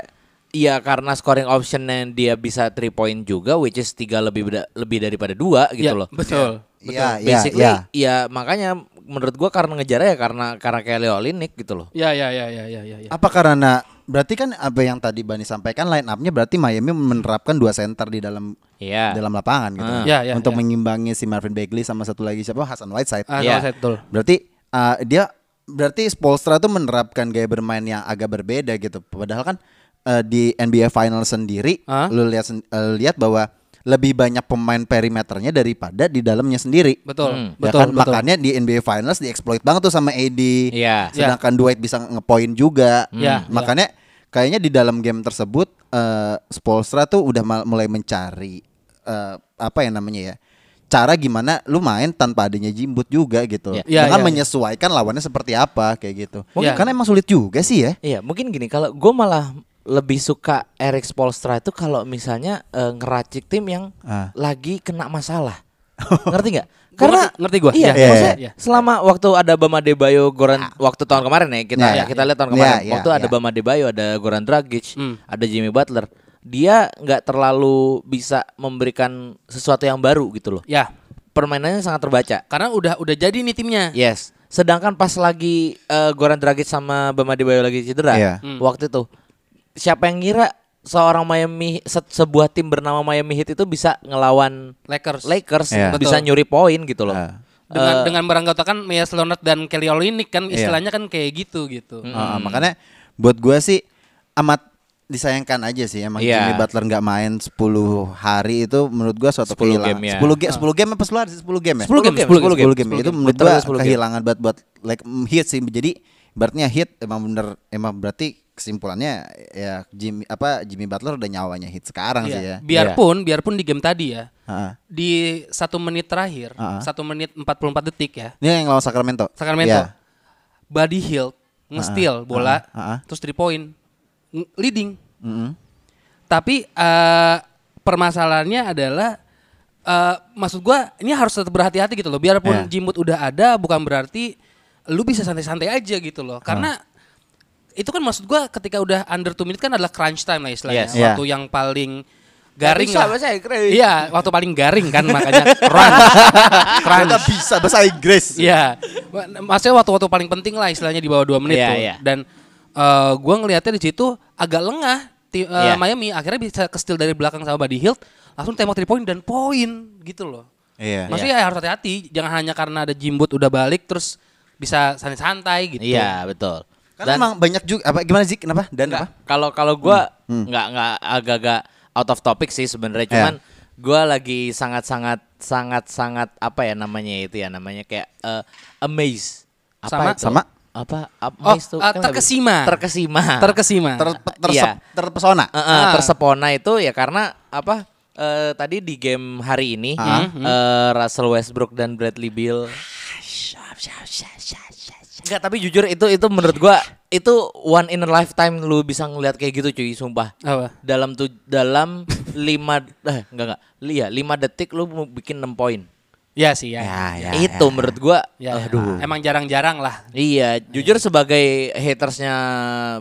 S1: Iya karena scoring option yang dia bisa three point juga, which is tiga lebih beda- lebih daripada dua gitu
S2: Ya,
S1: loh.
S2: Betul.
S5: Iya, iya,
S1: Basically,
S5: iya.
S1: ya makanya menurut gua karena ngejarnya ya karena karena Kelly Olynyk gitu loh.
S2: Ya ya ya ya ya ya.
S1: iya.
S2: ya.
S5: Apa karena berarti kan apa yang tadi Bani sampaikan line up-nya berarti Miami menerapkan dua center di dalam
S1: Iya.
S5: dalam lapangan gitu.
S1: Ah.
S2: Ya, ya,
S5: Untuk
S2: ya.
S5: mengimbangi si Marvin Bagley sama satu lagi siapa Hasan Whiteside.
S2: Ah,
S1: Iya.
S2: sama saya, betul.
S5: Berarti uh, dia berarti Spolstra tuh menerapkan gaya bermain yang agak berbeda gitu. Padahal kan uh, di NBA final sendiri
S2: Ah.
S5: lu lihat sen- uh, lihat bahwa lebih banyak pemain perimeternya daripada di dalamnya sendiri.
S2: Betul.
S1: Hmm.
S5: Ya
S2: Betul.
S5: kan?
S2: betul.
S5: Makanya di NBA Finals dieksploit banget tuh sama AD.
S1: Iya.
S5: Sedangkan Dwight bisa ngepoin juga.
S2: Iya,
S5: Hmm. Makanya kayaknya di dalam game tersebut eh Spolstra tuh udah mal- mulai mencari eh, apa ya namanya ya? cara gimana lu main tanpa adanya jimbut juga gitu.
S1: Iya.
S2: Iya,
S5: Dengan
S2: iya, iya.
S5: menyesuaikan lawannya seperti apa kayak gitu.
S2: Iya.
S5: Karena emang sulit juga sih ya.
S1: Iya, mungkin gini kalau gue malah lebih suka Eric Spoelstra itu kalau misalnya eh, ngeracik tim yang
S5: Ah.
S1: lagi kena masalah. ngerti nggak? Karena
S2: ngerti- ngerti gua,
S1: Iya,
S2: iya.
S1: maksudnya
S2: Iya. Ah.
S1: selama waktu ada Bama Debayo, Goran waktu tahun kemarin ya kita
S5: Iya,
S1: kita lihat tahun
S5: iya.
S1: kemarin
S5: Iya,
S1: waktu
S5: iya,
S1: ada
S5: iya.
S1: Bama Debayo, ada Goran Dragic,
S2: Hmm.
S1: ada Jimmy Butler. Dia nggak terlalu bisa memberikan sesuatu yang baru gitu loh.
S2: Ya,
S1: Permainannya sangat terbaca.
S2: karena udah udah jadi nih timnya.
S1: Yes. Sedangkan pas lagi eh, Goran Dragic sama Bama Adebayo lagi cedera
S5: Iya.
S1: waktu itu siapa yang ngira seorang Miami se- sebuah tim bernama Miami Heat itu bisa ngelawan
S2: Lakers.
S1: Lakers
S5: Iya.
S1: bisa
S2: Betul.
S1: nyuri poin gitu loh.
S5: Ah.
S1: Eh,
S2: dengan
S1: Iya.
S2: dengan beranggotakan Meyers Leonard dan Kelly Olynyk kan istilahnya kan kayak gitu gitu.
S1: Hmm,
S5: Ah, makanya buat gue sih amat disayangkan aja sih emang
S1: Iya.
S5: Jimmy Butler nggak main 10 hari itu menurut gue suatu
S1: 10
S5: kehilangan.
S1: game, ya.
S5: 10 game 10 game apa 10 hari 10 game ya?
S1: 10 game,
S5: 10
S1: 10 game.
S5: game. itu
S1: 10
S5: menurut
S1: game.
S5: gue
S1: 10 game.
S5: kehilangan buat buat like mm, hit sih jadi berarti hit emang bener emang berarti kesimpulannya ya Jimmy apa Jimmy Butler udah nyawanya hit sekarang sih ya.
S2: Iya. Biarpun biarpun di game tadi ya.
S5: Ah, ah.
S2: Di satu menit terakhir,
S5: Ah, ah.
S2: satu menit 44 detik ya.
S5: Ini yang lawan Sacramento.
S2: Sacramento.
S5: Iya.
S2: Body Hill nge-steal bola,
S5: ah, ah.
S2: terus three point ng- leading.
S5: Mm-mm.
S2: Tapi eh, permasalahannya adalah eh, maksud gua ini harus tetap berhati-hati gitu loh. Biarpun
S5: Iya.
S2: jimut udah ada bukan berarti lu bisa santai-santai aja gitu loh. Karena itu kan maksud gua ketika udah under 2 minute kan adalah crunch time lah istilahnya.
S1: Yes.
S5: Iya.
S2: Waktu yang paling garing
S1: bisa
S2: lah.
S1: bahasa Inggris.
S2: Iya, waktu paling garing kan makanya crunch.
S1: Ah,
S2: crunch.
S5: Ternyata bisa bahasa Inggris.
S2: Iya. Ma- Maksudnya waktu-waktu paling penting lah istilahnya di bawah 2 menit
S1: Iya,
S2: tuh.
S1: iya.
S2: Dan eh, gua ngelihatnya di situ agak lengah ti- eh,
S1: Iya.
S2: Miami akhirnya bisa kestil dari belakang sama Buddy Hield langsung tembak 3 point dan poin gitu loh.
S5: Iya.
S2: Maksudnya ya harus hati-hati jangan hanya karena ada Jimbut udah balik terus bisa santai-santai gitu.
S1: Iya, betul.
S5: Karena Kan emang banyak juga apa gimana sih kenapa dan
S1: Nggak,
S5: apa?
S1: Kalau kalau gua
S2: Hmm.
S1: nggak nggak agak-agak out of topic sih
S2: Iya.
S1: sebenarnya cuman gua lagi sangat-sangat sangat-sangat apa ya namanya itu ya namanya kayak eh, amazed.
S2: Sama-
S1: itu?
S5: sama?
S1: apa
S2: Oh,
S1: amazed tuh
S2: eh,
S1: kan nggak bisa-
S2: terkesima.
S1: Terkesima.
S2: Terkesima.
S5: Ter, tersep-
S1: Iya.
S5: terpesona.
S1: Eh, eh,
S2: Ah.
S1: tersepona itu ya karena apa? eh, tadi di game hari ini
S2: Hmm,
S5: Ah.
S1: eh, Russell Westbrook dan Bradley Beal.
S2: Ah,
S1: Enggak, tapi jujur itu itu menurut gua itu one in a lifetime lu bisa ngelihat kayak gitu cuy, sumpah.
S2: Apa?
S1: Dalam tuh dalam 5 eh enggak enggak. Iya, 5 detik lu mau bikin 6 poin.
S2: Iya sih ya.
S5: ya,
S1: itu menurut gua
S2: Ya,
S1: aduh.
S2: Emang jarang-jarang lah.
S1: Iya, jujur sebagai hatersnya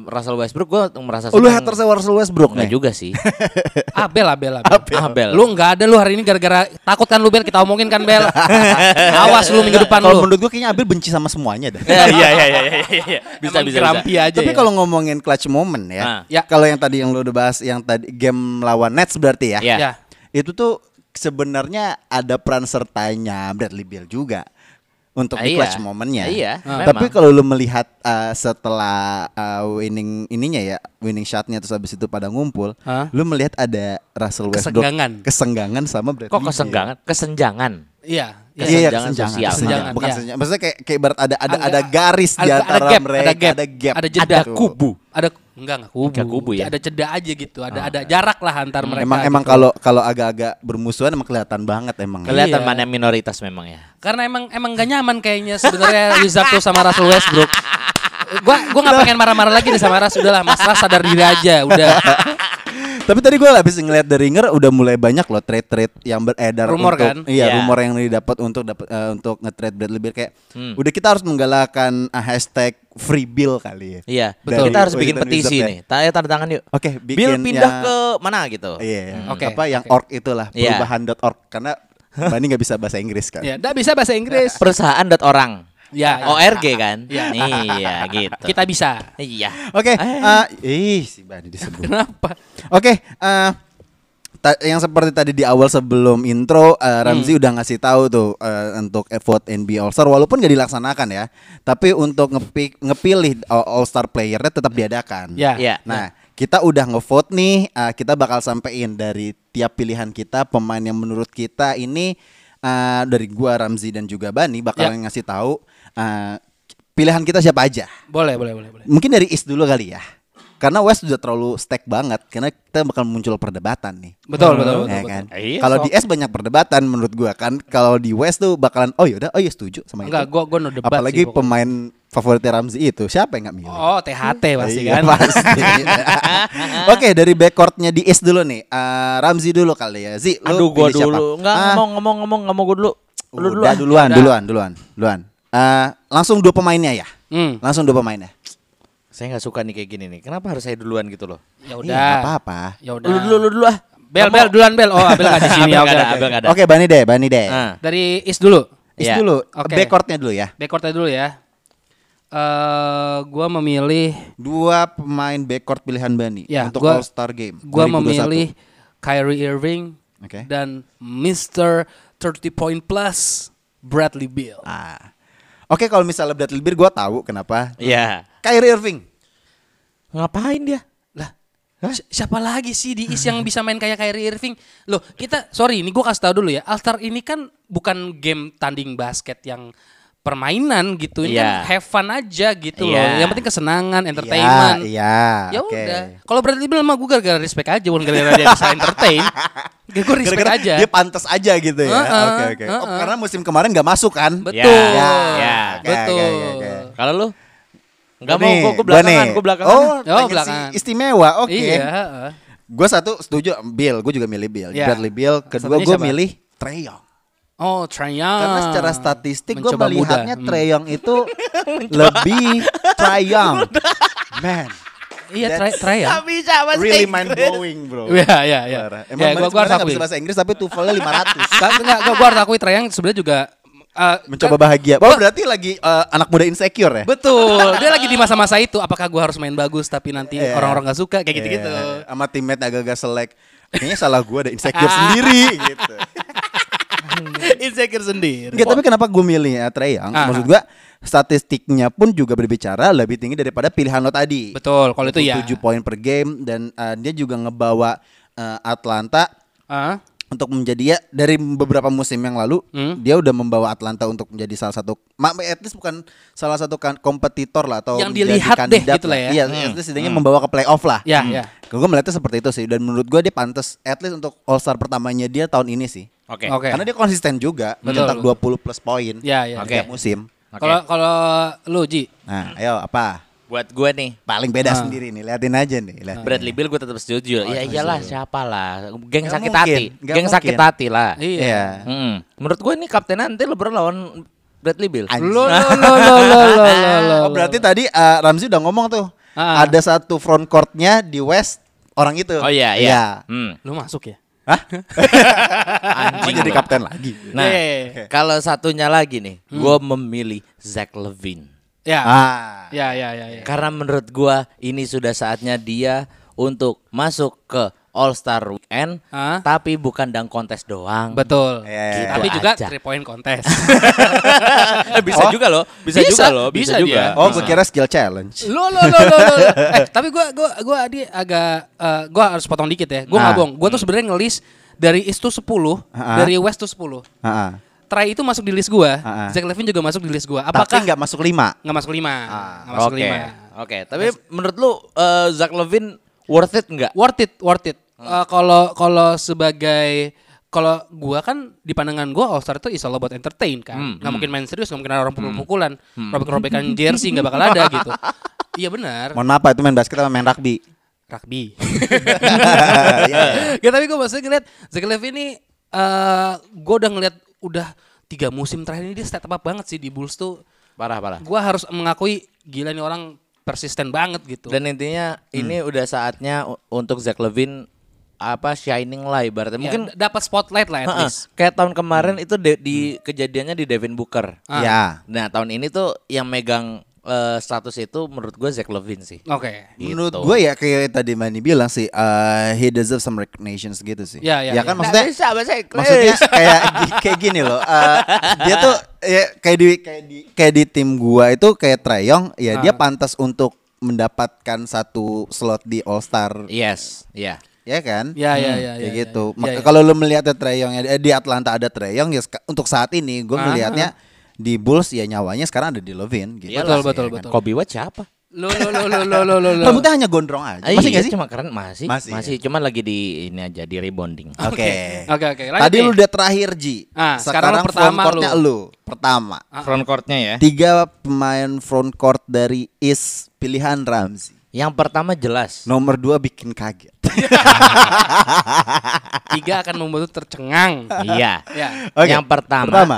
S1: Russell Westbrook gua merasa
S5: Oh, lu
S1: senang.
S5: haters Russell Westbrook
S1: Enggak
S5: nih.
S1: juga sih.
S2: Abel, Abel, Abel.
S1: Ah, Bel.
S2: Lu nggak ada lu hari ini gara-gara takut kan lu Bel kita omongin kan Bel. Awas lu minggu depan
S5: Kalau
S2: lu.
S5: menurut gua kayaknya Abel benci sama semuanya dah.
S1: Iya iya iya iya iya iya. Bisa
S2: Emang
S1: bisa.
S2: gerampi
S1: bisa.
S2: aja.
S5: Tapi
S2: ya.
S5: kalau ngomongin clutch moment
S1: Ah.
S5: ya.
S2: Ya.
S5: Kalau yang tadi yang lu udah bahas yang tadi game lawan Nets berarti ya.
S1: Iya.
S2: Ya.
S5: Itu tuh sebenarnya ada peran sertanya Bradley Beal juga untuk
S1: Ah,
S5: di
S1: iya.
S5: clutch momennya.
S1: Iya,
S5: Ah. Tapi
S1: memang.
S5: kalau lu melihat eh, setelah eh, winning ininya ya, winning shotnya terus habis itu pada ngumpul,
S2: Hah?
S5: lu melihat ada Russell Westbrook
S2: Kesenggangan.
S5: kesenggangan sama Bradley.
S1: Kok
S5: Beal.
S1: kesenggangan? Kesenjangan.
S2: Iya.
S1: Iya,
S5: Iya, iya,
S1: kesenjangan
S5: kesenjangan,
S1: sosial.
S5: kesenjangan. bukan
S2: Iya.
S5: kesenjangan. Maksudnya kayak kayak ibarat ada ada
S2: Agak-
S5: ada garis di
S2: Ada-
S5: antara
S2: ada gap,
S5: mereka,
S2: ada gap, ada jeda.
S5: Gitu.
S2: Ada kubu. Ada enggak enggak kubu.
S1: Enggak kubu ya. Ah.
S2: Ada jeda aja gitu. Ada ada jarak lah antar mereka.
S5: Emang emang
S2: gitu.
S5: kalau kalau agak-agak bermusuhan emang kelihatan banget emang. ya.
S1: Kelihatan
S2: Iya.
S1: mana yang minoritas memang ya.
S2: karena emang emang gak nyaman kayaknya sebenarnya Wizard tuh sama Russell Westbrook. Gua gua nggak pengen marah-marah lagi nih sama Ras. Udahlah, Mas Ras sadar diri aja. Udah.
S5: Tapi tadi gue habis ngeliat The Ringer udah mulai banyak loh trade-trade yang beredar
S2: Rumor
S5: untuk
S2: kan?
S5: iya
S1: Iya.
S5: rumor yang didapat untuk dapat eh, untuk nge-trade Bradley Beal kayak udah kita harus menggalakkan eh, hashtag free bill kali ya.
S1: Iya,
S5: Dari
S1: Kita harus bikin
S5: Washington
S1: petisi
S5: Wizards ya.
S1: nih. Tanya tanda tangan yuk.
S5: Oke,
S1: Bill
S5: bikin
S1: pindah
S5: yang-
S1: ke mana gitu.
S5: Iya, iya.
S2: Hmm. Oke,
S5: apa yang
S2: oke.
S5: org itulah
S1: Iya.
S5: perubahan.org karena Bani nggak bisa bahasa Inggris kan.
S2: Ya, enggak bisa bahasa Inggris.
S1: Perusahaan dot orang.
S2: Ya, ya.
S1: ORG kan?
S2: Iya.
S1: Iya, gitu.
S2: Kita bisa.
S1: Iya.
S5: Oke,
S1: Eh.
S5: eh, ih si Bani disebut.
S2: Kenapa?
S5: Oke, eh, ta- yang seperti tadi di awal sebelum intro eh, Ramzi udah ngasih tahu tuh eh, untuk vote NBA All Star walaupun gak dilaksanakan ya, tapi untuk ngepi- ngepilih All Star playernya tetap diadakan.
S2: Ya.
S1: Iya.
S5: Nah, kita udah ngevote nih, eh, kita bakal sampein dari tiap pilihan kita pemain yang menurut kita ini eh, dari gua Ramzi dan juga Bani bakal
S2: Ya.
S5: ngasih tahu eh, pilihan kita siapa aja.
S2: Boleh, boleh, boleh, boleh.
S5: Mungkin dari Is dulu kali ya. karena West sudah terlalu stack banget karena kita bakal muncul perdebatan nih.
S2: Betul, betul, betul,
S5: Ya
S2: betul. Eh,
S5: kan?
S1: Iya,
S5: kalau
S1: so-
S5: di S banyak perdebatan menurut gua kan kalau di West tuh bakalan oh yaudah oh ya setuju sama
S2: Enggak,
S5: itu.
S2: gua gua no debat
S5: Apalagi
S2: sih, pokoknya.
S5: pemain favoritnya Ramzi itu siapa yang nggak milih?
S2: Oh, THT pasti
S5: Iya,
S2: kan.
S5: pasti. Oke, dari backcourtnya di East dulu nih. Eh, Ramzi dulu kali ya. Zi, lu
S1: Aduh gua
S5: pilih siapa?
S1: dulu. Enggak
S5: Ah,
S1: ngomong ngomong ngomong nggak mau gua dulu. Lu
S5: udah,
S1: dulu ah.
S5: duluan,
S1: Udah.
S5: duluan, duluan, duluan. Eh, langsung dua pemainnya ya.
S2: Hmm.
S5: Langsung dua pemainnya.
S1: Saya nggak suka nih kayak gini nih. Kenapa harus saya duluan gitu loh?
S2: Ya
S5: Iya, nggak
S2: udah.
S5: apa-apa.
S2: Ya udah.
S1: Lu dulu lu dulu ah.
S2: Bel, bel, duluan bel. Oh, Abel enggak di sini.
S1: Abel nggak
S2: Oke,
S1: ada,
S2: oke,
S1: Abel
S2: oke.
S1: nggak ada.
S5: Oke, Bani deh, Bani deh.
S1: Ah.
S2: Dari Is dulu.
S5: Is
S1: Iya.
S5: dulu,
S2: Oke.
S5: backcourtnya dulu ya.
S2: Backcourt dulu ya. Eh, gua memilih
S5: Dua pemain backcourt pilihan Bani
S2: Ya,
S5: untuk
S2: gua-
S5: All Star Game.
S2: Gua
S5: 2021.
S2: memilih Kyrie Irving
S5: Oke.
S2: dan Mr. 30 point plus Bradley Beal.
S5: Ah. Oke, kalau misalnya Bradley Beal gua tahu kenapa.
S1: Iya.
S5: Kyrie Irving.
S1: Ngapain dia?
S2: Lah, si- siapa lagi sih di East yang bisa main kayak Kyrie Irving? Loh, kita sorry, ini gua kasih tahu dulu ya. All-Star ini kan bukan game tanding basket yang permainan gitu. Ini
S1: Iya.
S2: kan have fun aja gitu
S1: Iya.
S2: loh. Yang penting kesenangan, entertainment.
S5: Iya, iya.
S2: Ya
S5: oke.
S2: udah. Kalau Bradley Beal mah gue gara-gara respect aja, bukan gara-gara dia bisa entertain. Gue respect
S5: Gara-gara
S2: aja.
S5: Dia pantas aja gitu ya. Oke
S2: Heeh,
S5: oke. Oh, karena musim kemarin nggak masuk kan?
S2: Betul.
S1: Ya, ya.
S5: Oke,
S2: Betul.
S5: oke, oke, oke.
S1: Kalau lu? Enggak mau
S5: Nih,
S1: gua, gua
S5: gua nih.
S1: belakangan, gua belakangan.
S5: Oh,
S2: Oh,
S5: pengen si
S2: belakangan.
S5: istimewa. Oke.
S2: Iya, heeh.
S5: Gue satu setuju Bill, gue juga milih Bill.
S2: Ya.
S5: Bradley Bill. Kedua
S2: Satunya
S5: gue
S2: siapa?
S5: milih Trae Young.
S2: Oh, Trae Young.
S5: Karena secara statistik gue
S2: Mencoba
S5: melihatnya
S2: muda. Hmm.
S5: Trae Young itu lebih Trae Young. Man,
S2: Hmm. Iya, Trae Trae Young.
S1: bisa mas
S5: really mind blowing bro.
S2: Iya, iya, iya.
S5: Parah. Emang
S2: Ya, gua gua
S5: Mani
S2: harus
S5: sebenarnya nggak
S2: akui.
S5: bisa bahasa Inggris tapi TOEFL-nya 500.
S2: Ka- Enggak, gua gua harus akui Trae Young sebenarnya juga eh,
S5: Mencoba
S2: kan-
S5: bahagia. Oh berarti lagi eh, anak muda insecure ya?
S2: Betul. Dia lagi di masa-masa itu apakah gua harus main bagus tapi nanti
S5: Iya.
S2: orang-orang gak suka kayak gitu-gitu.
S5: Iya, Sama teammate agak-agak selek. Kayaknya salah gue ada insecure sendiri gitu.
S2: Insecure sendiri.
S5: Enggak, tapi kenapa gue milih ya, Trae Young?
S2: Aha.
S5: Maksud gue statistiknya pun juga berbicara lebih tinggi daripada pilihan lo tadi.
S2: Betul, kalau itu ya.
S5: 7 poin per game dan eh, dia juga ngebawa eh, Atlanta
S2: Ah.
S5: untuk menjadi ya dari beberapa musim yang lalu
S2: Hmm.
S5: dia udah membawa Atlanta untuk menjadi salah satu ma- at least bukan salah satu kan, kompetitor lah atau
S2: Yang
S5: menjadi
S2: dilihat deh
S5: kandidat
S2: gitu lah ya.
S5: Iya, at least setidaknya membawa ke playoff lah.
S2: Ya, ya.
S5: Gue melihatnya seperti itu sih dan menurut gue dia pantas at least untuk All Star pertamanya dia tahun ini sih.
S1: Oke.
S2: Oke.
S5: Karena dia konsisten juga mencetak 20 plus poin
S2: Ya, ya.
S5: setiap
S1: Oke.
S5: musim.
S1: Oke.
S2: Kalau kalau lu Ji,
S5: Nah, ayo apa?
S1: Buat gue nih
S5: Paling beda
S2: Ah.
S5: sendiri nih, liatin aja nih. liatin.
S1: Bradley Bill gue tetap Iya. setuju. ya iyalah siapa lah. Geng
S5: Nggak
S1: sakit
S5: mungkin,
S1: hati.
S5: nggak
S1: Geng sakit
S5: mungkin.
S1: hati lah.
S2: Iya.
S5: Iya.
S1: Hmm. Menurut gue ini kapten nanti LeBron lawan Bradley Bill.
S5: Anjing.
S2: Lo lo lo lo lo lo lo, lo.
S5: Oh berarti tadi uh, Ramzi udah ngomong tuh
S2: Ah.
S5: ada satu front courtnya di West orang itu.
S1: Oh iya iya. Hmm.
S2: Lu masuk ya?
S5: Hah?
S1: Anjing
S5: Anjing jadi
S1: lu.
S5: kapten lagi.
S1: Nah,
S2: Iya, iya, iya.
S1: kalau satunya lagi nih, gue memilih Zach Levine.
S2: Ya.
S5: Ah.
S2: Ya, ya, ya, ya.
S1: Karena menurut gua ini sudah saatnya dia untuk masuk ke All Star Weekend,
S2: Hah?
S1: tapi bukan dang kontes doang.
S2: Betul.
S5: Iya, iya,
S2: Tapi
S1: iya.
S2: juga
S1: Aja.
S2: three point contest.
S1: Eh, bisa
S5: Oh,
S1: juga loh, bisa,
S2: bisa,
S1: juga loh, bisa,
S2: bisa
S1: juga.
S2: dia.
S5: Oh gue kira skill challenge.
S2: lo lo lo lo lo. Eh, tapi gua gua gua tadi agak eh, gua harus potong dikit ya. Gua
S5: Nah.
S2: nggak bohong. Gua tuh sebenarnya ngelis dari East tuh 10,
S5: Ha-ha.
S2: dari West tuh 10.
S5: Ah, ah.
S2: Try itu masuk di list gua.
S5: Ha-ha.
S2: Zach Levine juga masuk di list gua.
S5: Ah. Tapi
S2: Apakah
S5: nggak Ah, masuk lima.
S2: nggak masuk 5? Nggak masuk
S1: Oke,
S2: 5.
S1: oke. Tapi menurut lu eh, Zach Levine worth it nggak?
S2: Worth it, worth it.
S1: Hmm.
S2: Eh, Kalau kalau sebagai kalau gua kan di pandangan gua All Star itu is all about entertain kan.
S1: Hmm,
S2: nggak mungkin main serius, nggak mungkin ada orang pukul-pukulan, robek-robekan jersey nggak bakal ada gitu. Iya benar.
S5: Mohon maaf Pak, itu main basket sama main rugby.
S2: Rugby.
S5: Iya.
S2: ya tapi gue maksudnya ngeliat Zach Levine ini eh gue udah ngeliat udah tiga musim terakhir ini dia step up banget sih di Bulls tuh
S1: Parah, parah.
S2: gue harus mengakui gila nih orang persisten banget gitu
S1: Dan intinya ini udah saatnya u- untuk Zach Levine apa shining lah ibaratnya.
S2: Ya,
S1: Mungkin
S2: d- dapat spotlight lah at
S1: Heeh,
S2: least Hmm.
S1: kayak tahun kemarin itu de- di kejadiannya di Devin Booker.
S2: Ah.
S5: Ya.
S1: Nah, tahun ini tuh yang megang eh, status itu menurut gue Zach Levine sih.
S2: oke
S5: Menurut
S1: Gitu.
S5: gue ya kayak tadi Mani bilang sih eh, he deserves some recognitions gitu sih.
S2: Ya, ya,
S5: ya kan
S2: ya.
S5: maksudnya
S1: Nggak bisa bahasa Inggris.
S5: maksudnya kayak gi- kayak gini loh. eh, dia tuh ya, kayak di kayak di kayak di tim gua itu kayak Treyong ya
S2: Ah.
S5: dia pantas untuk mendapatkan satu slot di All Star
S1: Yes, ya.
S5: ya kan?
S2: Ya, ya, ya,
S5: Kayak
S2: ya,
S5: gitu.
S2: ya, ya.
S5: Maka
S2: Ya, ya.
S5: Kalau lu melihatnya Treyong eh, di Atlanta ada Treyong ya seka- untuk saat ini
S2: Ah,
S5: gue melihatnya di Bulls ya nyawanya sekarang ada di Levine gitu.
S1: Iyalah
S2: betul
S1: sih,
S2: betul
S1: ya kan?
S2: betul
S1: Kobe White siapa?
S2: Lo lo lo lo lo lo lo. lo.
S5: Rambutnya hanya gondrong aja.
S1: Masih
S2: Iya,
S5: Masih
S1: Ah,
S5: nggak sih?
S1: iya, Cuma keren masih.
S5: Masih,
S1: Masih. Cuman lagi di ini aja di rebonding.
S5: Oke.
S2: Oke, oke, lanjut
S5: Tadi
S2: nih.
S5: lu udah terakhir Ji.
S2: Ah, sekarang
S5: sekarang
S2: lu pertama
S5: front
S2: lu.
S5: courtnya
S2: Ah.
S5: lu. Pertama.
S1: Front courtnya ya.
S5: Tiga pemain front court dari East pilihan Ramzi.
S1: Yang pertama jelas.
S5: Nomor dua bikin kaget.
S2: Tiga akan membuat lu tercengang.
S1: Iya.
S2: Ya.
S5: Oke.
S1: Yang pertama,
S5: Pertama.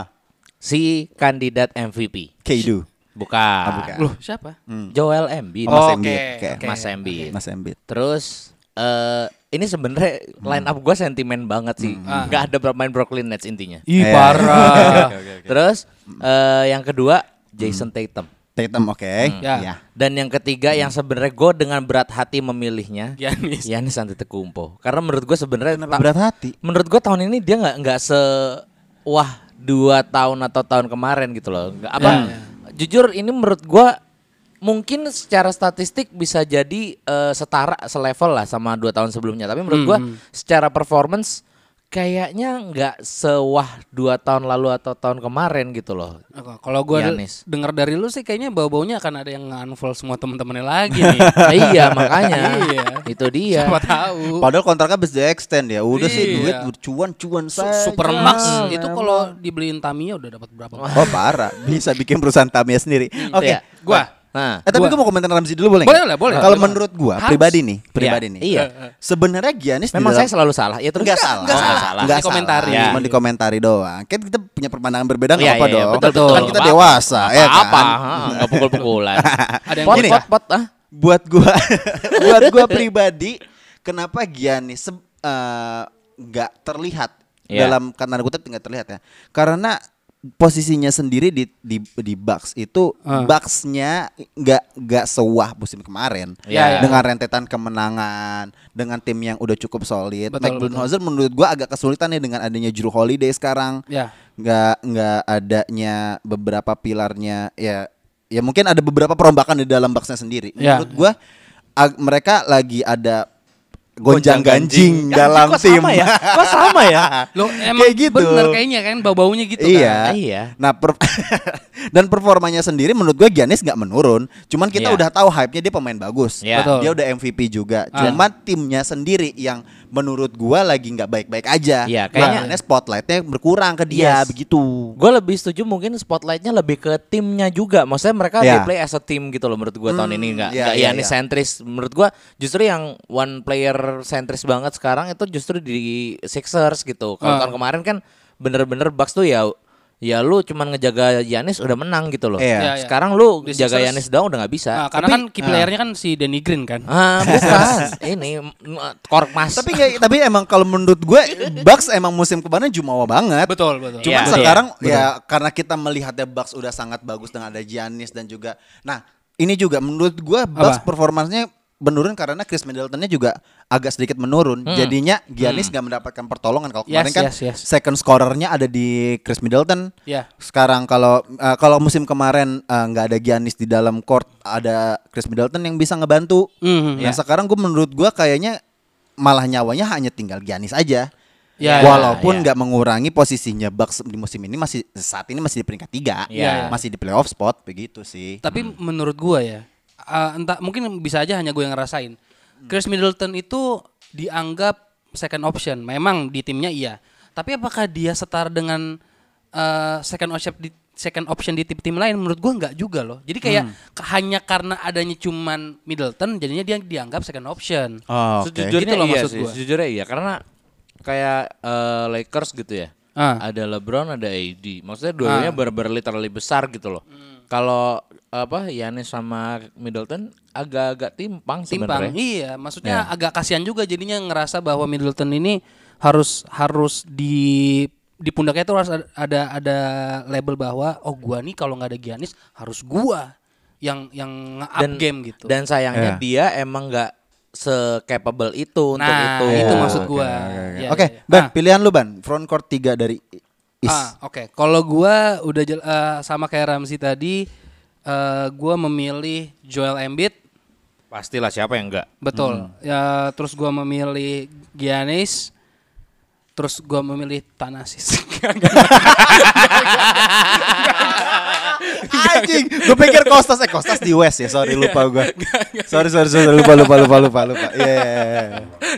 S1: si kandidat MVP.
S5: Keidu.
S1: Bukan.
S5: Ah, bukan.
S2: Loh, siapa?
S1: Joel Embiid.
S5: Mas
S2: Oke,
S5: Embiid.
S2: Hmm. Oh, oke.
S1: Mas Embiid.
S5: Mas Embiid.
S1: Terus eh ini sebenarnya line up gue sentimen banget sih. Nggak ada bermain Brooklyn Nets intinya.
S2: Ih,
S5: Eh.
S2: parah.
S1: Terus eh yang kedua Jason Tatum.
S5: Tatum oke.
S2: Ya.
S5: Ya.
S1: Dan yang ketiga yang sebenarnya gue dengan berat hati memilihnya
S2: Giannis.
S1: Giannis Antetokounmpo. Karena menurut gue sebenarnya
S5: Kenapa
S1: ta-
S5: berat hati?
S1: menurut gue tahun ini dia nggak nggak se wah dua tahun atau tahun kemarin gitu loh. Nggak apa?
S2: Hmm.
S1: Jujur ini menurut gue mungkin secara statistik bisa jadi eh, setara selevel lah sama dua tahun sebelumnya. Tapi
S2: Hmm,
S1: menurut gue secara performance kayaknya nggak sewah dua tahun lalu atau tahun kemarin gitu loh.
S2: Oke, Kalau gue
S1: Giannis.
S2: dengar dari lu sih kayaknya bau-baunya akan ada yang nge-unfollow semua temen-temennya lagi nih.
S1: iya makanya
S2: Iya.
S1: itu dia.
S2: Siapa tahu.
S5: Padahal kontraknya bisa di extend ya. Udah sih
S2: Uh. Iya.
S5: duit cuan-cuan
S2: Su-
S5: saja.
S2: Super Max itu kalau dibeliin Tamiya udah dapat berapa?
S5: Oh parah, bisa bikin perusahaan Tamiya sendiri. Oke,
S1: Iya.
S2: Gua.
S1: Nah,
S5: Eh, tapi
S2: Gua.
S5: gue mau komentar Ramzi dulu boleh?
S2: Boleh
S5: nggak?
S2: lah, boleh.
S5: Kalau
S2: Boleh.
S5: menurut gue
S2: Harus.
S5: pribadi nih, pribadi nih.
S1: Iya.
S5: Sebenarnya Giannis di
S1: memang
S5: dalam-
S1: saya selalu salah. Ya terus
S5: Enggak salah,
S1: Enggak salah.
S5: Enggak
S2: Oh, Dikomentari.
S5: salah. Cuma
S1: Iya.
S5: dikomentari doang. Kan kita punya perpandangan berbeda enggak
S1: Iya,
S5: apa-apa
S1: iya, iya,
S5: dong.
S1: betul,
S5: Betul, Kan
S1: betul.
S5: kita
S1: Nggak
S5: dewasa ya kan.
S1: apa Eh, nggak pukul-pukulan.
S2: Ada yang
S1: pot,
S5: gini
S1: pot, pot, ah.
S5: Buat gua buat gua pribadi kenapa Giannis se- eh, enggak terlihat
S1: Iya.
S5: dalam karena kutip enggak terlihat ya. Karena posisinya sendiri di di di Bucks itu
S2: Ah.
S5: Bucks-nya enggak enggak sewah musim kemarin.
S1: Iya, iya.
S5: Dengan rentetan kemenangan, dengan tim yang udah cukup solid.
S2: Betul,
S5: Mike
S2: betul.
S5: Budenholzer menurut gua agak kesulitan nih dengan adanya Juru Holiday sekarang
S2: Ya.
S5: nggak nggak adanya beberapa pilarnya ya ya mungkin ada beberapa perombakan di dalam boxnya sendiri
S2: Ya.
S5: Nah, menurut gua ag- mereka lagi ada gonjang
S1: Gonjang-ganjing.
S5: ganjing dalam
S1: Kok
S5: tim
S1: sama ya? Kok sama ya?
S2: Lo emang
S5: Kayak gitu.
S2: bener kayaknya kan bau-baunya gitu kan.
S5: iya.
S1: Iya.
S5: Nah, per- dan performanya sendiri menurut gue Giannis nggak menurun. Cuman kita
S1: Iya.
S5: udah tahu hype-nya dia pemain bagus.
S1: Iya.
S2: Betul.
S5: Dia udah MVP juga.
S2: Ah.
S5: Cuman timnya sendiri yang menurut gua lagi nggak baik-baik aja.
S1: Iya, kayaknya-
S5: Makanya spotlightnya berkurang ke dia
S1: Yes.
S5: begitu.
S1: Gue lebih setuju mungkin spotlightnya lebih ke timnya juga. Maksudnya mereka
S5: Iya.
S1: di play as a team gitu loh menurut gue tahun ini nggak
S5: iya,
S1: nggak
S5: iya,
S1: Giannis
S5: iya.
S1: sentris. Menurut gue justru yang one player sentris banget sekarang itu justru di Sixers gitu. Kalau
S2: Ah.
S1: tahun kemarin kan bener-bener Bucks tuh ya ya lu cuman ngejaga Giannis udah menang gitu loh.
S5: Iya.
S2: Iya, iya.
S1: Sekarang lu
S2: Di
S1: jaga
S2: Sixers-
S1: Giannis doang udah nggak bisa.
S2: Nah, karena
S1: Tapi-
S2: kan key playernya kan si Danny Green kan.
S1: Ah, bukan. ini kork mas.
S5: tapi nggak- tapi emang kalau menurut gue Bucks emang musim kemarin jumawa banget.
S2: Betul, betul.
S5: Cuman
S1: Iya.
S5: sekarang ya karena kita melihatnya Bucks udah sangat bagus dengan ada Giannis dan juga nah ini juga menurut gue Bucks
S2: Apa?
S5: performansnya menurun karena Chris Middletonnya juga agak sedikit menurun. Jadinya Giannis nggak mendapatkan pertolongan
S2: Hmm.
S5: kalau
S2: Yes,
S5: kemarin kan
S2: yes, yes.
S5: second scorernya ada di Chris Middleton.
S2: Iya.
S5: Sekarang kalau eh, kalau musim kemarin eh, nggak ada Giannis di dalam court ada Chris Middleton yang bisa ngebantu.
S2: Mhm.
S5: Nah sekarang gue menurut gue kayaknya malah nyawanya hanya tinggal Giannis aja.
S2: Ya,
S1: ya.
S5: Walaupun nggak mengurangi posisinya Bucks di musim ini masih saat ini masih di peringkat tiga,
S1: Ya.
S5: masih di playoff spot begitu sih.
S2: Tapi menurut gua ya, eh, entah mungkin bisa aja hanya gue yang ngerasain. Chris Middleton itu dianggap second option. Memang di timnya iya. Tapi apakah dia setara dengan eh, second option di second option di tim-tim lain menurut gua nggak juga loh. Jadi kayak ke- hanya karena adanya cuman Middleton jadinya dia dianggap second option.
S5: Oh, oke.
S1: Sejujurnya
S2: Gitu loh
S1: iya
S2: maksud
S1: sih,
S2: gua.
S1: Sejujurnya iya karena kayak eh, Lakers gitu ya.
S2: Ah.
S1: Ada LeBron, ada AD. Maksudnya dua-duanya bener-bener literally besar gitu loh.
S2: Hmm.
S1: Kalau apa Yanis sama Middleton agak-agak timpang
S2: timpang.
S1: sebenarnya.
S2: Iya, maksudnya agak kasihan juga jadinya ngerasa bahwa Middleton ini harus harus di di pundaknya itu harus ada- ada ada label bahwa oh gua nih kalau nggak ada Giannis harus gua yang yang nge-up game gitu.
S1: Dan sayangnya
S5: Iya.
S1: dia emang nggak se-capable itu untuk
S2: nah,
S1: itu.
S2: itu,
S1: Gitu.
S2: maksud gua.
S5: Oke,
S2: Iya,
S5: Oke,
S2: iya, iya.
S5: Ban,
S2: Ah,
S5: pilihan lu Ban, front court tiga dari Is.
S2: ah, oke. Kalau gua udah jel- eh, sama kayak Ramzi tadi eh, gua memilih Joel Embiid
S1: Pastilah siapa yang enggak.
S5: Hmm.
S2: Betul. Ya, terus gua memilih Giannis. Terus gua memilih Tanasis.
S5: Anjing, gue pikir Kostas eh Kostas di West ya, sorry lupa gue. Sorry sorry sorry lupa lupa lupa lupa lupa. Iya. iya, iya.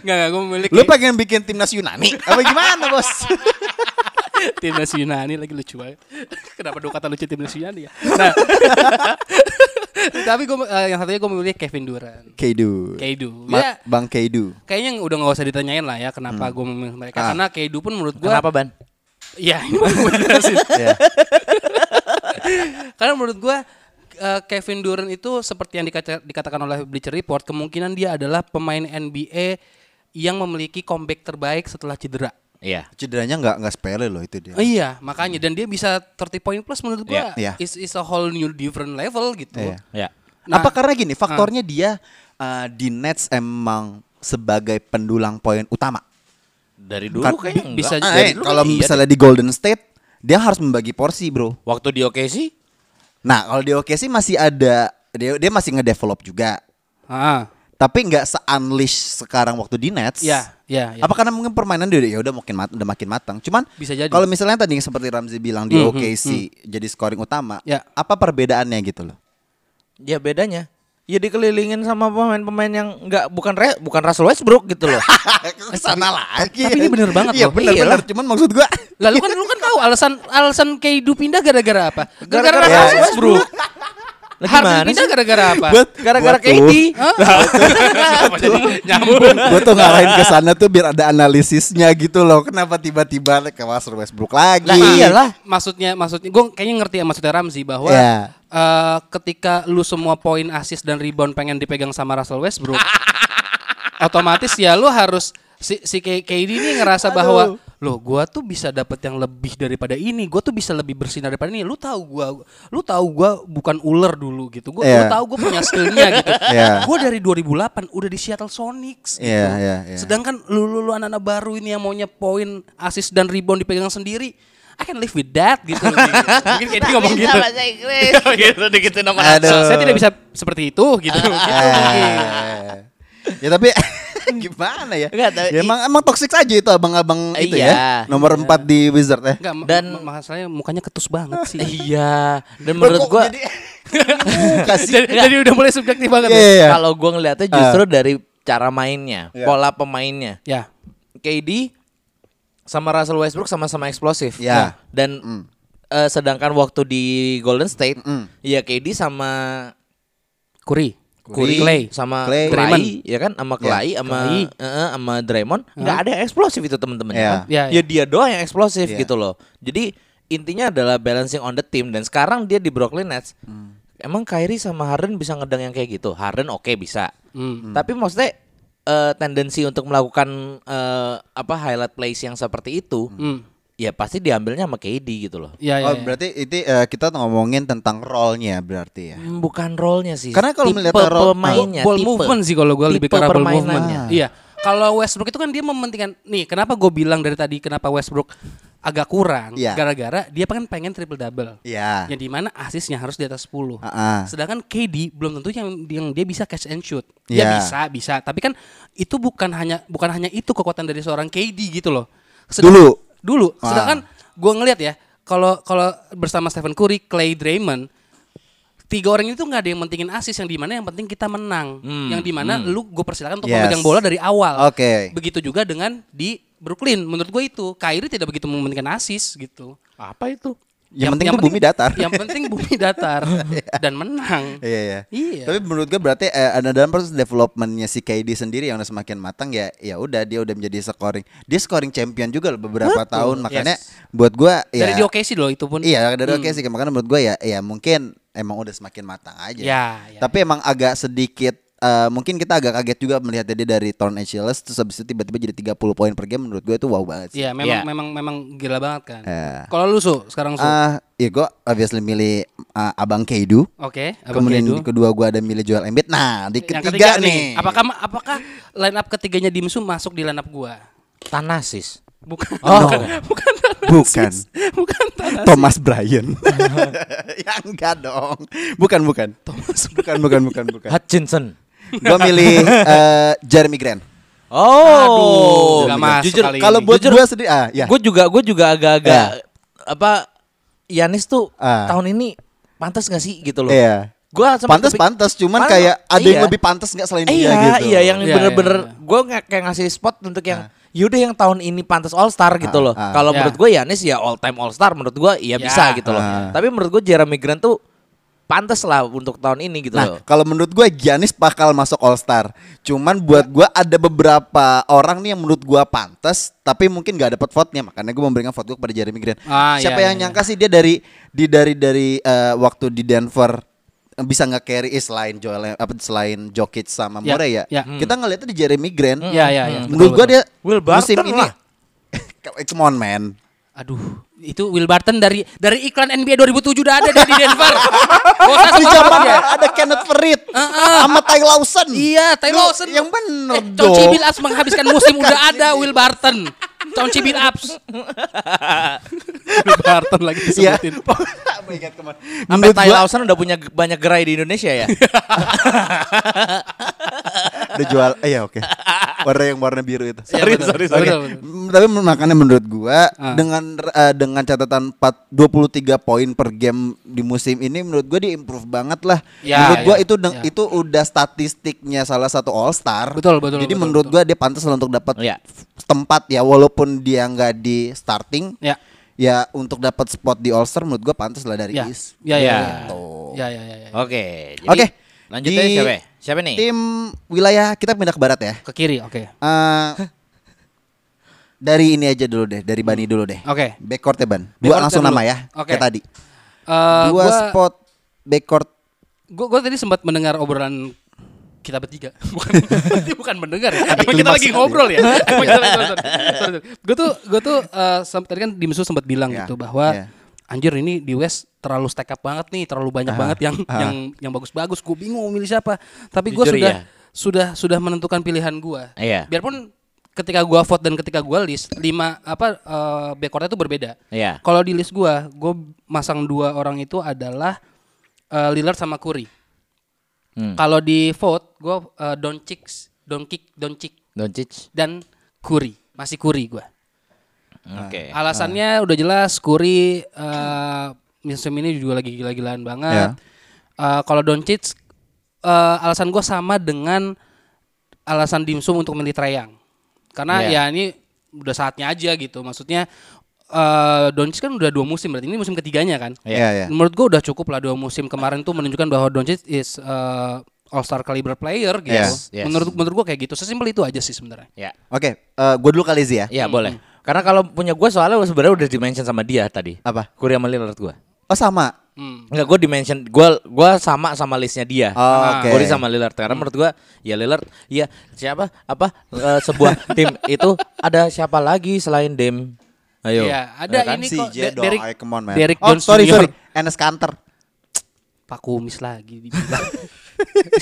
S2: Enggak, enggak, gue memiliki
S5: Lu pengen bikin timnas Yunani? Apa gimana bos?
S2: timnas Yunani lagi lucu banget. Kenapa dua kata lucu timnas Yunani ya? Nah, tapi gue yang satunya gue memilih Kevin Durant.
S5: Keidu.
S2: Keidu.
S5: Ma-
S2: Ya.
S5: Bang Keidu.
S2: Kayaknya udah nggak usah ditanyain lah ya kenapa gue memilih mereka.
S5: Ah.
S2: Karena Keidu pun menurut gue,
S1: Kenapa ban?
S2: ya ini baru gua jelasin.
S5: Iya.
S2: Karena menurut gue Kevin Durant itu seperti yang dikata- dikatakan oleh Bleacher Report kemungkinan dia adalah pemain NBA yang memiliki comeback terbaik setelah cedera.
S1: Iya.
S5: Cederanya nggak nggak sepele loh itu dia.
S2: Oh, iya, makanya dan dia bisa 30 point plus menurut gue
S5: Iya.
S2: is is a whole new different level gitu.
S5: Iya.
S1: Iya.
S2: Nah,
S5: Apa karena gini faktornya dia uh, di Nets emang sebagai pendulang poin utama.
S1: Dari dulu
S5: Bukan-
S1: kayaknya enggak.
S2: bi- bisa kan
S5: Ah,
S2: Dari
S5: eh, kalau misalnya di Golden State dia harus membagi porsi bro.
S1: waktu di OKC
S5: Nah kalau di OKC masih ada dia dia masih ngedevelop juga.
S2: Ah,
S5: Tapi nggak se unleash sekarang waktu di Nets.
S2: ya, ya, ya.
S5: Apa karena mungkin permainan dia ya udah makin mat- udah makin matang. Cuman
S2: Bisa jadi.
S5: kalau misalnya tadi yang seperti Ramzi bilang di
S2: Hmm, hmm,
S5: OKC jadi scoring utama,
S2: Ya.
S5: apa perbedaannya gitu loh?
S1: ya bedanya ya dikelilingin sama pemain-pemain yang enggak bukan re, bukan Russell Westbrook gitu loh.
S5: Kesana lagi.
S2: tapi ini bener banget
S5: Iya
S2: loh.
S5: bener bener.
S1: Iyalah.
S5: Cuman maksud gua.
S2: Lalu kan lu kan tahu alasan alasan Keidu pindah gara-gara apa?
S1: Gara-gara
S2: Gara-gara Russell
S1: Russell
S2: Westbrook.
S1: Lah
S2: Harden
S1: gimana
S2: pindah
S1: sih?
S2: gara-gara apa?
S5: Buat-
S1: Gara-gara
S5: buat tuh.
S1: KD.
S2: Hah? Kenapa jadi nyambung?
S5: Gue tuh ngarahin ke sana tuh biar ada analisisnya gitu loh. Kenapa tiba-tiba ke Russell Westbrook lagi?
S1: Lah iyalah.
S2: Nah, Maksudnya maksudnya gue kayaknya ngerti ya maksudnya Ramzi bahwa
S5: Iya.
S2: eh, ketika lu semua poin assist dan rebound pengen dipegang sama Russell Westbrook, otomatis ya lu harus si si K- KD ini ngerasa bahwa loh gua tuh bisa dapat yang lebih daripada ini, gua tuh bisa lebih bersinar daripada ini. Lu tahu gua lu tahu gua bukan ular dulu gitu. Gua lu
S5: Iya.
S2: tahu gua punya skillnya gitu.
S5: Iya.
S2: Gua dari 2008 udah di Seattle Sonics gitu.
S5: Iya, iya, iya.
S2: Sedangkan lu lu, lu anak-anak baru ini yang maunya poin, assist dan rebound dipegang sendiri. I can live with that gitu. Mungkin kayak dia ngomong gitu. gitu dikitin sama
S5: Aduh. Ah.
S2: Saya tidak bisa seperti itu gitu. Gitu mungkin.
S5: Eh. ya tapi gimana ya?
S1: Nggak tahu.
S5: Ya, emang emang toxic aja itu abang-abang
S1: Eh,
S5: itu
S1: iya.
S5: ya. Nomor 4 di Wizard eh.
S2: Enggak, dan
S1: Dan-
S2: masalahnya mukanya ketus banget sih.
S1: iya. Dan menurut
S5: Kok
S1: gua
S5: jadi- Kasih.
S2: jadi, jadi udah mulai subjektif banget.
S5: Iya,
S2: ya?
S5: iya.
S1: kalau gua ngeliatnya justru dari cara mainnya,
S2: Iya.
S1: pola pemainnya.
S2: Ya.
S1: KD sama Russell Westbrook sama-sama eksplosif.
S2: Iya.
S5: Ya.
S1: Dan
S2: Mm.
S1: eh, sedangkan waktu di Golden State,
S5: Mm.
S1: ya KD sama
S2: Kuri.
S1: Curry
S2: Clay.
S1: sama
S5: Clay.
S1: Clay,
S2: Draymond.
S1: ya kan sama Clay sama
S2: Clay.
S1: eh, sama Draymond nggak ada yang eksplosif itu teman-teman
S5: Iya.
S1: ya. kan?
S2: Iya, iya.
S1: Ya dia doang yang eksplosif
S5: Iya.
S1: gitu loh. Jadi intinya adalah balancing on the team dan sekarang dia di Brooklyn Nets. Emang Kyrie sama Harden bisa ngedang yang kayak gitu? Harden oke bisa.
S2: Hmm.
S1: Tapi maksudnya eh, tendensi untuk melakukan eh, apa highlight plays yang seperti itu
S2: Hmm.
S1: ya pasti diambilnya sama KD gitu loh.
S2: Ya, ya,
S5: Oh,
S2: ya.
S5: berarti itu eh, kita ngomongin tentang role-nya berarti ya.
S1: Hmm, Bukan role-nya sih.
S5: Karena kalau
S1: Tipe
S5: melihat role-
S1: pemainnya,
S2: ball
S1: tipe.
S2: movement sih kalau gue lebih
S1: Tipe
S2: ke arah ball
S1: permainannya.
S2: movement.
S5: Ah.
S2: Iya. Kalau Westbrook itu kan dia mementingkan nih kenapa gue bilang dari tadi kenapa Westbrook agak kurang
S5: Iya.
S2: gara-gara dia pengen pengen triple double.
S5: Iya.
S2: Yang dimana asisnya harus di atas 10
S5: Ah, ah.
S2: Sedangkan KD belum tentu yang yang dia bisa catch and shoot.
S5: Iya.
S2: Dia bisa bisa, tapi kan itu bukan hanya bukan hanya itu kekuatan dari seorang KD gitu loh.
S5: Dulu.
S2: dulu.
S5: Ah.
S2: Sedangkan gue ngelihat ya kalau kalau bersama Stephen Curry, Clay Draymond tiga orang itu nggak ada yang mentingin asis yang dimana yang penting kita menang
S1: Hmm,
S2: yang dimana
S1: hmm.
S2: lu gue persilakan untuk
S5: Yes.
S2: memegang bola dari awal
S5: Oke.
S2: begitu juga dengan di Brooklyn menurut gue itu Kyrie tidak begitu mementingkan asis gitu
S1: Apa itu?
S5: Yang, penting tuh bumi datar.
S2: yang penting bumi datar dan menang
S5: Iya, iya.
S2: Iya.
S5: Tapi menurut gue berarti eh, ada dalam proses developmentnya si KD sendiri yang udah semakin matang ya, ya udah dia udah menjadi scoring. Dia scoring champion juga loh beberapa tahun makanya buat gue
S2: dari Hmm.
S5: ya
S2: di OKC loh itu pun
S5: Iya, dari oke sih makanya menurut gue ya ya mungkin emang udah semakin matang aja.
S2: Ya, ya.
S5: Tapi emang agak sedikit eh, mungkin kita agak kaget juga melihatnya dia dari torn Achilles terus habis itu tiba-tiba jadi 30 poin per game menurut gue itu wow banget sih.
S2: Iya, memang
S1: Iya.
S2: memang memang gila banget kan
S5: Iya.
S2: kalau lu su sekarang su oke
S5: Ah, ya gue obviously milih ah, Abang Keidu.
S2: Abang
S5: Kemudian
S2: Kedu.
S5: di kedua gue ada milih Joel Embiid. Nah, di ketiga,
S2: yang ketiga
S5: nih.
S2: nih. Apakah apakah line up ketiganya Dimsum masuk di line up gua?
S1: Tanasis.
S2: Bukan.
S1: Oh.
S2: bukan, bukan.
S5: Bukan.
S2: Bukan tanah.
S5: Thomas Bryan. ya enggak dong. Bukan, bukan. Thomas bukan, bukan, bukan, bukan.
S1: Hutchinson.
S5: Gue milih eh, Jeremy Grant.
S1: Oh,
S2: Aduh, nggak masuk
S1: jujur
S2: kali
S5: Kalau
S2: ini.
S5: buat
S1: Jujur.
S5: gue sendiri, ah ya.
S1: gue juga gue juga agak-agak apa Yanis tuh
S5: Iya. Ah.
S1: tahun ini pantas gak sih gitu loh.
S5: Iya.
S1: Gua sempat
S5: pantas
S1: kepik-
S5: pantas cuman
S1: Pan-
S5: kayak ada
S1: iya.
S5: yang lebih pantas nggak selain
S1: Iya,
S5: dia gitu.
S1: iya yang
S2: Iya,
S1: bener-bener
S2: iya, iya.
S1: gue nggak kayak ngasih spot untuk yang yaudah yang tahun ini pantas All Star gitu
S5: Ah,
S1: loh.
S5: ah.
S1: Kalau
S2: Ya.
S1: menurut gue Yanis ya all time All Star menurut gue iya
S2: Ya.
S1: bisa gitu loh.
S5: Ah.
S1: Tapi menurut gue Jeremy Grant tuh pantas lah untuk tahun ini gitu loh.
S5: Nah, kalau menurut gue Giannis bakal masuk All Star. Cuman
S2: Ya.
S5: buat gue ada beberapa orang nih yang menurut gue pantas, tapi mungkin gak dapat vote-nya. Makanya gue memberikan vote gue kepada Jeremy Grant.
S2: Ah,
S5: Siapa
S2: iya,
S5: yang
S2: iya,
S5: nyangka sih dia dari di dari dari eh, waktu di Denver eh, bisa nggak carry eh, selain Joel apa selain Jokic sama
S2: Ya,
S5: Murray ya.
S2: ya.
S5: Kita ngeliatnya di Jeremy Grant.
S2: Ya, ya, ya.
S5: Menurut gue
S2: Betul,
S5: dia
S1: Will
S5: musim
S1: Barton
S5: ini
S1: lah.
S5: Come on man.
S2: Aduh, itu Will Barton dari dari iklan NBA 2007 udah ada dia di Denver. Bosan
S5: Di
S2: banget
S5: zaman
S2: dia.
S5: ada Kenneth Farid sama Ty Lawson.
S2: Iya, Ty
S5: Lu
S2: Lawson.
S5: Yang bener
S2: Eh,
S5: dong.
S2: Chauncey Billups menghabiskan musim udah ada Will Barton. Chauncey Billups. Will Barton lagi
S5: Iya.
S2: disebutin.
S5: Apa ingat kemarin?
S1: Sampai
S5: Menurut
S1: Ty
S5: gua
S1: Lawson udah punya g- banyak gerai di Indonesia ya.
S5: udah jual. eh, Iya oke. Warna yang warna biru itu.
S1: sorry,
S2: Iya, betul.
S1: sorry, sorry.
S2: Betul, betul.
S5: Mm, Tapi makanya menurut gua
S2: Ah.
S5: dengan eh, dengan catatan 4 23 poin per game di musim ini menurut gua di improve banget lah.
S2: Ya,
S5: menurut gua
S2: ya,
S5: itu deng-
S2: ya.
S5: itu udah statistiknya salah satu All Star.
S2: Betul, betul,
S5: Jadi
S2: betul,
S5: menurut
S2: betul.
S5: gua dia pantas lah untuk dapat
S1: Iya.
S5: tempat ya walaupun dia nggak di starting.
S2: Ya.
S5: Ya untuk dapat spot di All Star menurut gua pantas lah dari
S2: Ya.
S5: East.
S2: Ya, ya, ya.
S5: Gitu.
S2: Ya, ya, ya, ya.
S1: Oke. jadi
S5: Oke.
S1: Lanjut
S5: Di
S1: aja siapa? ya? Siapa nih?
S5: Tim wilayah kita pindah ke barat ya.
S2: Ke kiri, oke.
S5: Eh, dari ini aja dulu deh, dari Bani dulu deh.
S2: Oke.
S5: Backcourt ya Ban. Gua
S2: Backcourt
S5: langsung
S2: dulu.
S5: nama ya.
S2: Oke.
S5: Kayak tadi.
S2: Eh,
S5: Dua
S2: gua,
S5: spot backcourt.
S2: gua, gua tadi sempat mendengar obrolan kita bertiga bukan bukan mendengar ya. Emang kita
S5: ilmas
S2: lagi
S5: tadi.
S2: ngobrol ya Emang kita lagi ngobrol. Sorry, sorry. Gua tuh gua tuh eh, sam- tadi kan Dimsu sempat bilang
S1: Iya,
S5: Ya,
S2: gitu bahwa
S5: ya.
S2: anjir ini di West terlalu stack up banget nih terlalu banyak
S1: Ah,
S2: banget yang yang yang bagus-bagus gue bingung mau milih siapa tapi gue
S1: Jujur
S2: sudah
S1: ya.
S2: sudah sudah menentukan pilihan gue
S1: Iya.
S2: biarpun ketika gue vote dan ketika gue list lima apa eh, backcourtnya itu berbeda
S1: Iya.
S2: kalau di list gue gue masang dua orang itu adalah eh, Lillard sama Curry
S1: Hmm.
S2: kalau di vote gue uh, Doncic, Doncic, Doncic
S1: Doncic.
S2: dan Curry, masih Curry gue.
S5: Nah.
S1: Oke.
S5: Ah.
S2: Alasannya udah jelas Curry eh, musim ini juga lagi gila-gilaan banget.
S5: Ya.
S2: Eh, kalau Doncic eh, alasan gue sama dengan alasan Dimsum untuk milih Treyang. Karena
S1: Ya.
S2: ya ini udah saatnya aja gitu. Maksudnya eh Doncic kan udah dua musim berarti ini musim ketiganya kan.
S1: Iya.
S5: Iya, iya.
S2: Menurut gue udah cukup lah dua musim kemarin tuh menunjukkan bahwa Doncic is uh, All Star caliber player gitu.
S5: Yes,
S1: yes.
S2: Menurut menurut gue kayak gitu. Sesimpel itu aja sih sebenarnya.
S1: Ya.
S5: Oke, eh, gua dulu kali sih ya.
S1: Ya
S2: Iya.
S1: boleh. Karena kalau punya gue soalnya sebenarnya udah dimention sama dia tadi.
S5: Apa?
S1: Kuria Lillard gue.
S5: Oh sama.
S2: Hmm.
S1: Enggak, gue dimension gue gua sama sama listnya dia.
S5: Oh, oke.
S1: Curry sama Lillard karena menurut gue ya Lillard ya siapa apa eh, sebuah tim itu ada siapa lagi selain Dem? Ayo.
S2: Iya, ada
S1: Ya kan?
S2: ini
S5: Si
S2: kok
S5: J
S2: De-
S5: dong,
S2: Derek-
S5: ayo, come on man.
S2: Derek
S5: oh,
S2: Jones
S5: sorry,
S2: Junior.
S5: sorry. Enes Kanter.
S2: Pak Kumis lagi. dibilang.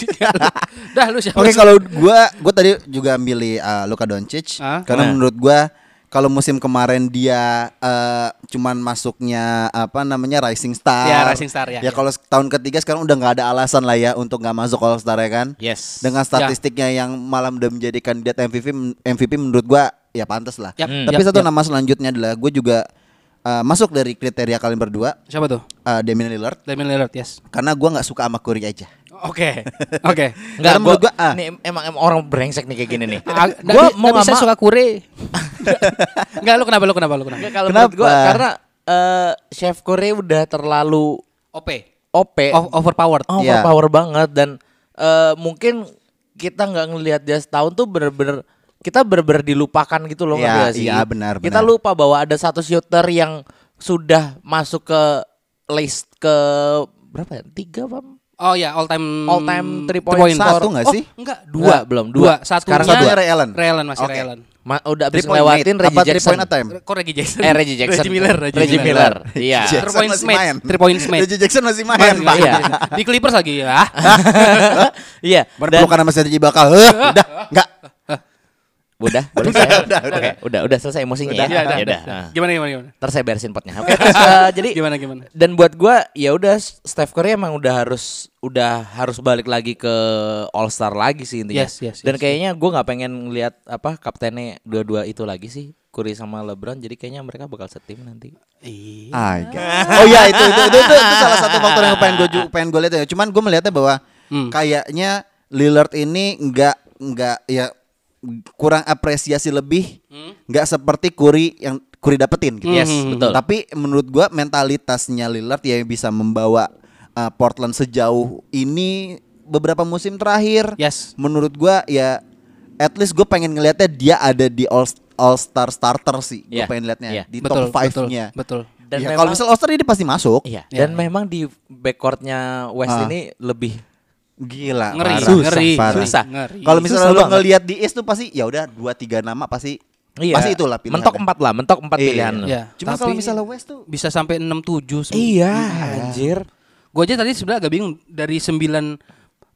S2: Dah lu siapa?
S5: Oke,
S2: sih?
S5: kalau gua gua tadi juga milih eh, Luka Doncic
S2: Ah.
S5: karena
S1: Nah.
S5: menurut gua kalau musim kemarin dia eh, cuman masuknya apa namanya Rising Star.
S2: Ya, Rising Star, ya, ya.
S5: Ya kalau tahun ketiga sekarang udah nggak ada alasan lah ya untuk nggak masuk All Star ya
S2: Iya.
S5: kan.
S1: Yes.
S5: Dengan statistiknya yang malam udah menjadi kandidat MVP men- MVP menurut gua ya pantas lah.
S2: Yap,
S5: Tapi
S2: yap,
S5: satu
S2: yap.
S5: nama selanjutnya adalah gue juga eh, masuk dari kriteria kalian berdua
S2: siapa tuh?
S5: eh, Damian Lillard
S2: Damian Lillard, yes.
S5: karena gua nggak suka sama Curry aja.
S2: Oke. Oke.
S1: Enggak,
S5: Karena menurut
S1: gua,
S5: gua, ah.
S1: nih, em- emang, emang orang brengsek nih kayak gini nih.
S2: Ah, nggak
S1: Gua
S2: bi-
S1: mau
S2: nggak bisa
S1: nggak
S2: suka kure. Enggak lu kenapa lu kenapa lu kenapa?
S1: Nggak, kalau menurut gue
S5: Kenapa?
S1: karena eh, Chef Curry udah terlalu
S2: OP.
S1: OP,
S2: Eh, O- overpowered.
S1: Oh,
S5: Iya.
S1: overpower banget dan eh, mungkin kita nggak ngelihat dia setahun tuh bener-bener kita bener-bener dilupakan gitu loh ngerti
S5: Iya,
S1: nggak sih?
S5: iya, benar,
S1: Kita
S5: benar.
S1: lupa bahwa ada satu shooter yang sudah masuk ke list ke berapa ya? Tiga apa?
S2: Oh ya, all time
S1: All time three point
S5: satu nggak
S2: Oh,
S5: sih?
S2: enggak, dua.
S1: Enggak, belum, dua.
S2: Satunya,
S1: Sekarang
S5: satunya Ray Allen.
S2: Ray Allen, masih
S5: Oke.
S2: Ray Allen.
S1: Ma- udah habis
S5: Three point
S1: ngelewatin
S5: made,
S1: Reggie
S5: apa three
S1: Jackson.
S5: point attempt?
S2: Kok Reggie Jackson?
S1: Eh Reggie Jackson.
S2: Reggie Miller, Reggie,
S1: Miller. Iya.
S5: Jackson
S2: Three points
S5: masih
S2: made,
S5: main.
S2: three points made.
S5: Reggie Jackson masih main,
S2: Masih,
S5: Pak.
S2: masih, masih. Iya. Di Clippers lagi ya.
S1: Iya. Dan
S5: Berpelukan sama Sergi bakal. "Heh, udah, enggak.
S1: udah, boleh saya. udah, udah, udah, udah selesai emosinya ya.
S2: Iya, udah,
S1: Ya
S2: udah.
S1: udah. Ah.
S2: Gimana gimana gimana?
S1: Ntar saya beresin potnya. Oke. Eh, jadi
S2: Gimana gimana?
S1: Dan buat gua ya udah Steph Curry emang udah harus udah harus balik lagi ke All Star lagi sih intinya.
S2: Yes, yes,
S1: Dan
S2: yes,
S1: kayaknya gua nggak pengen ngelihat apa kaptennya dua-dua itu lagi sih. Curry sama LeBron jadi kayaknya mereka bakal setim nanti.
S2: Iya.
S5: Oh ya itu itu, itu itu itu salah satu faktor yang pengen gue pengen gue lihat ya. Cuman gue melihatnya bahwa
S1: Hmm.
S5: kayaknya Lillard ini nggak nggak ya kurang apresiasi lebih nggak seperti Curry yang Curry dapetin. Gitu.
S1: Hmm. Yes, Mhm. betul.
S5: Tapi menurut gue mentalitasnya Lillard ya bisa membawa uh, Portland sejauh ini beberapa musim terakhir.
S2: Yes.
S5: Menurut gue ya at least gue pengen ngelihatnya dia ada di All All Star starter sih.
S1: Iya.
S5: Gue pengen
S1: Iya.
S5: lihatnya di
S2: Betul,
S5: top 5-nya.
S2: betul, betul.
S1: Dan
S5: ya,
S1: memang-
S5: kalau misal All-Star ini pasti masuk.
S1: Iya.
S2: Iya.
S1: Dan memang di backcourtnya West
S5: Ah.
S1: ini lebih
S5: Gila,
S2: Ngeri,
S5: parah.
S1: Susah,
S2: ngeri,
S5: parah.
S1: susah.
S2: ngeri.
S5: Kalau misalnya
S1: Susah
S5: lo
S1: banget. Iya,
S5: ngelihat di East tuh pasti ya udah 2 3 nama pasti pasti itulah pilihan.
S1: Mentok empat lah, mentok empat
S5: Iya.
S1: pilihan. lo.
S2: Iya.
S5: Cuma
S2: Tapi
S5: kalau
S2: ini-
S5: misalnya West tuh
S2: bisa sampai 67 sih.
S1: Iya, anjir.
S2: Gue aja tadi sebenarnya agak bingung dari 9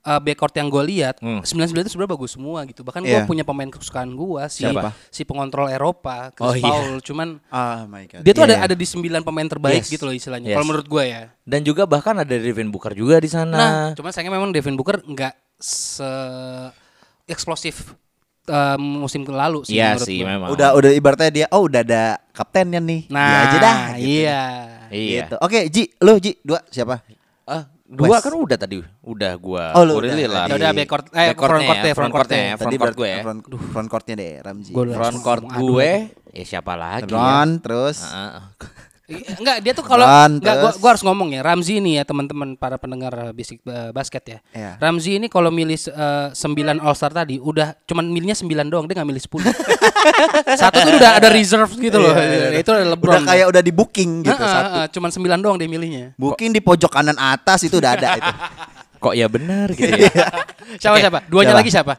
S2: uh, backcourt yang gue lihat,
S1: Hmm.
S2: 99 itu sebenarnya bagus semua gitu. Bahkan gue
S5: Iya.
S2: punya pemain kesukaan gue si
S5: Siapa?
S2: si pengontrol Eropa, Chris
S1: Oh, iya.
S2: Paul. Cuman
S5: ah my god.
S2: dia tuh ada
S5: Iya,
S2: ada di 9 pemain terbaik
S1: Yes.
S2: gitu loh istilahnya.
S1: Yes.
S2: Kalau menurut gue ya.
S1: Dan juga bahkan ada Devin Booker juga di sana.
S2: Nah, cuman sayangnya memang Devin Booker nggak se eksplosif uh, musim lalu sih
S1: Iya
S2: menurut
S1: sih
S2: gua.
S5: iya.
S1: memang.
S5: udah udah ibaratnya dia oh udah ada kaptennya nih.
S2: Nah,
S5: Dia aja dah gitu.
S2: Iya.
S1: Iya.
S5: Gitu. Oke, Ji, lu Ji dua siapa?
S1: Ah, dua
S5: West.
S1: kan udah tadi. Udah gua.
S5: Oh, lu
S1: Curry
S5: udah
S1: Lillard.
S5: tadi. Ya udah,
S2: backcourt- eh, front court ya,
S1: ya, front
S2: front court
S1: courtnya
S2: ya.
S1: ya, front court gue ya.
S5: front, front courtnya deh Ramji.
S2: Gua dulu.
S1: Front court
S2: Aduh.
S1: gue, ya siapa lagi?
S5: LeBron terus
S1: Ya? Ah,
S2: Eh, Enggak, dia tuh kalau
S5: Dan
S2: enggak gua,
S5: terus-
S2: gua harus ngomong ya. Ramzi ini ya teman-teman para pendengar eh, bisik eh, basket ya.
S5: Iya.
S2: Ramzi ini kalau milih 9 All Star tadi udah cuman milihnya 9 doang, dia nggak milih 10. Satu tuh udah ada reserve gitu
S1: Iya,
S2: loh. Itu ada LeBron.
S1: ya.
S5: Iya, udah kayak udah di booking
S2: Heeh,
S5: gitu satu.
S2: heeh, cuman 9 doang dia milihnya.
S5: Booking di pojok kanan atas itu udah ada itu.
S1: Kok ya benar gitu ya.
S2: Iya. Siapa
S1: Oke,
S2: siapa? Duanya
S5: siapa?
S2: lagi siapa?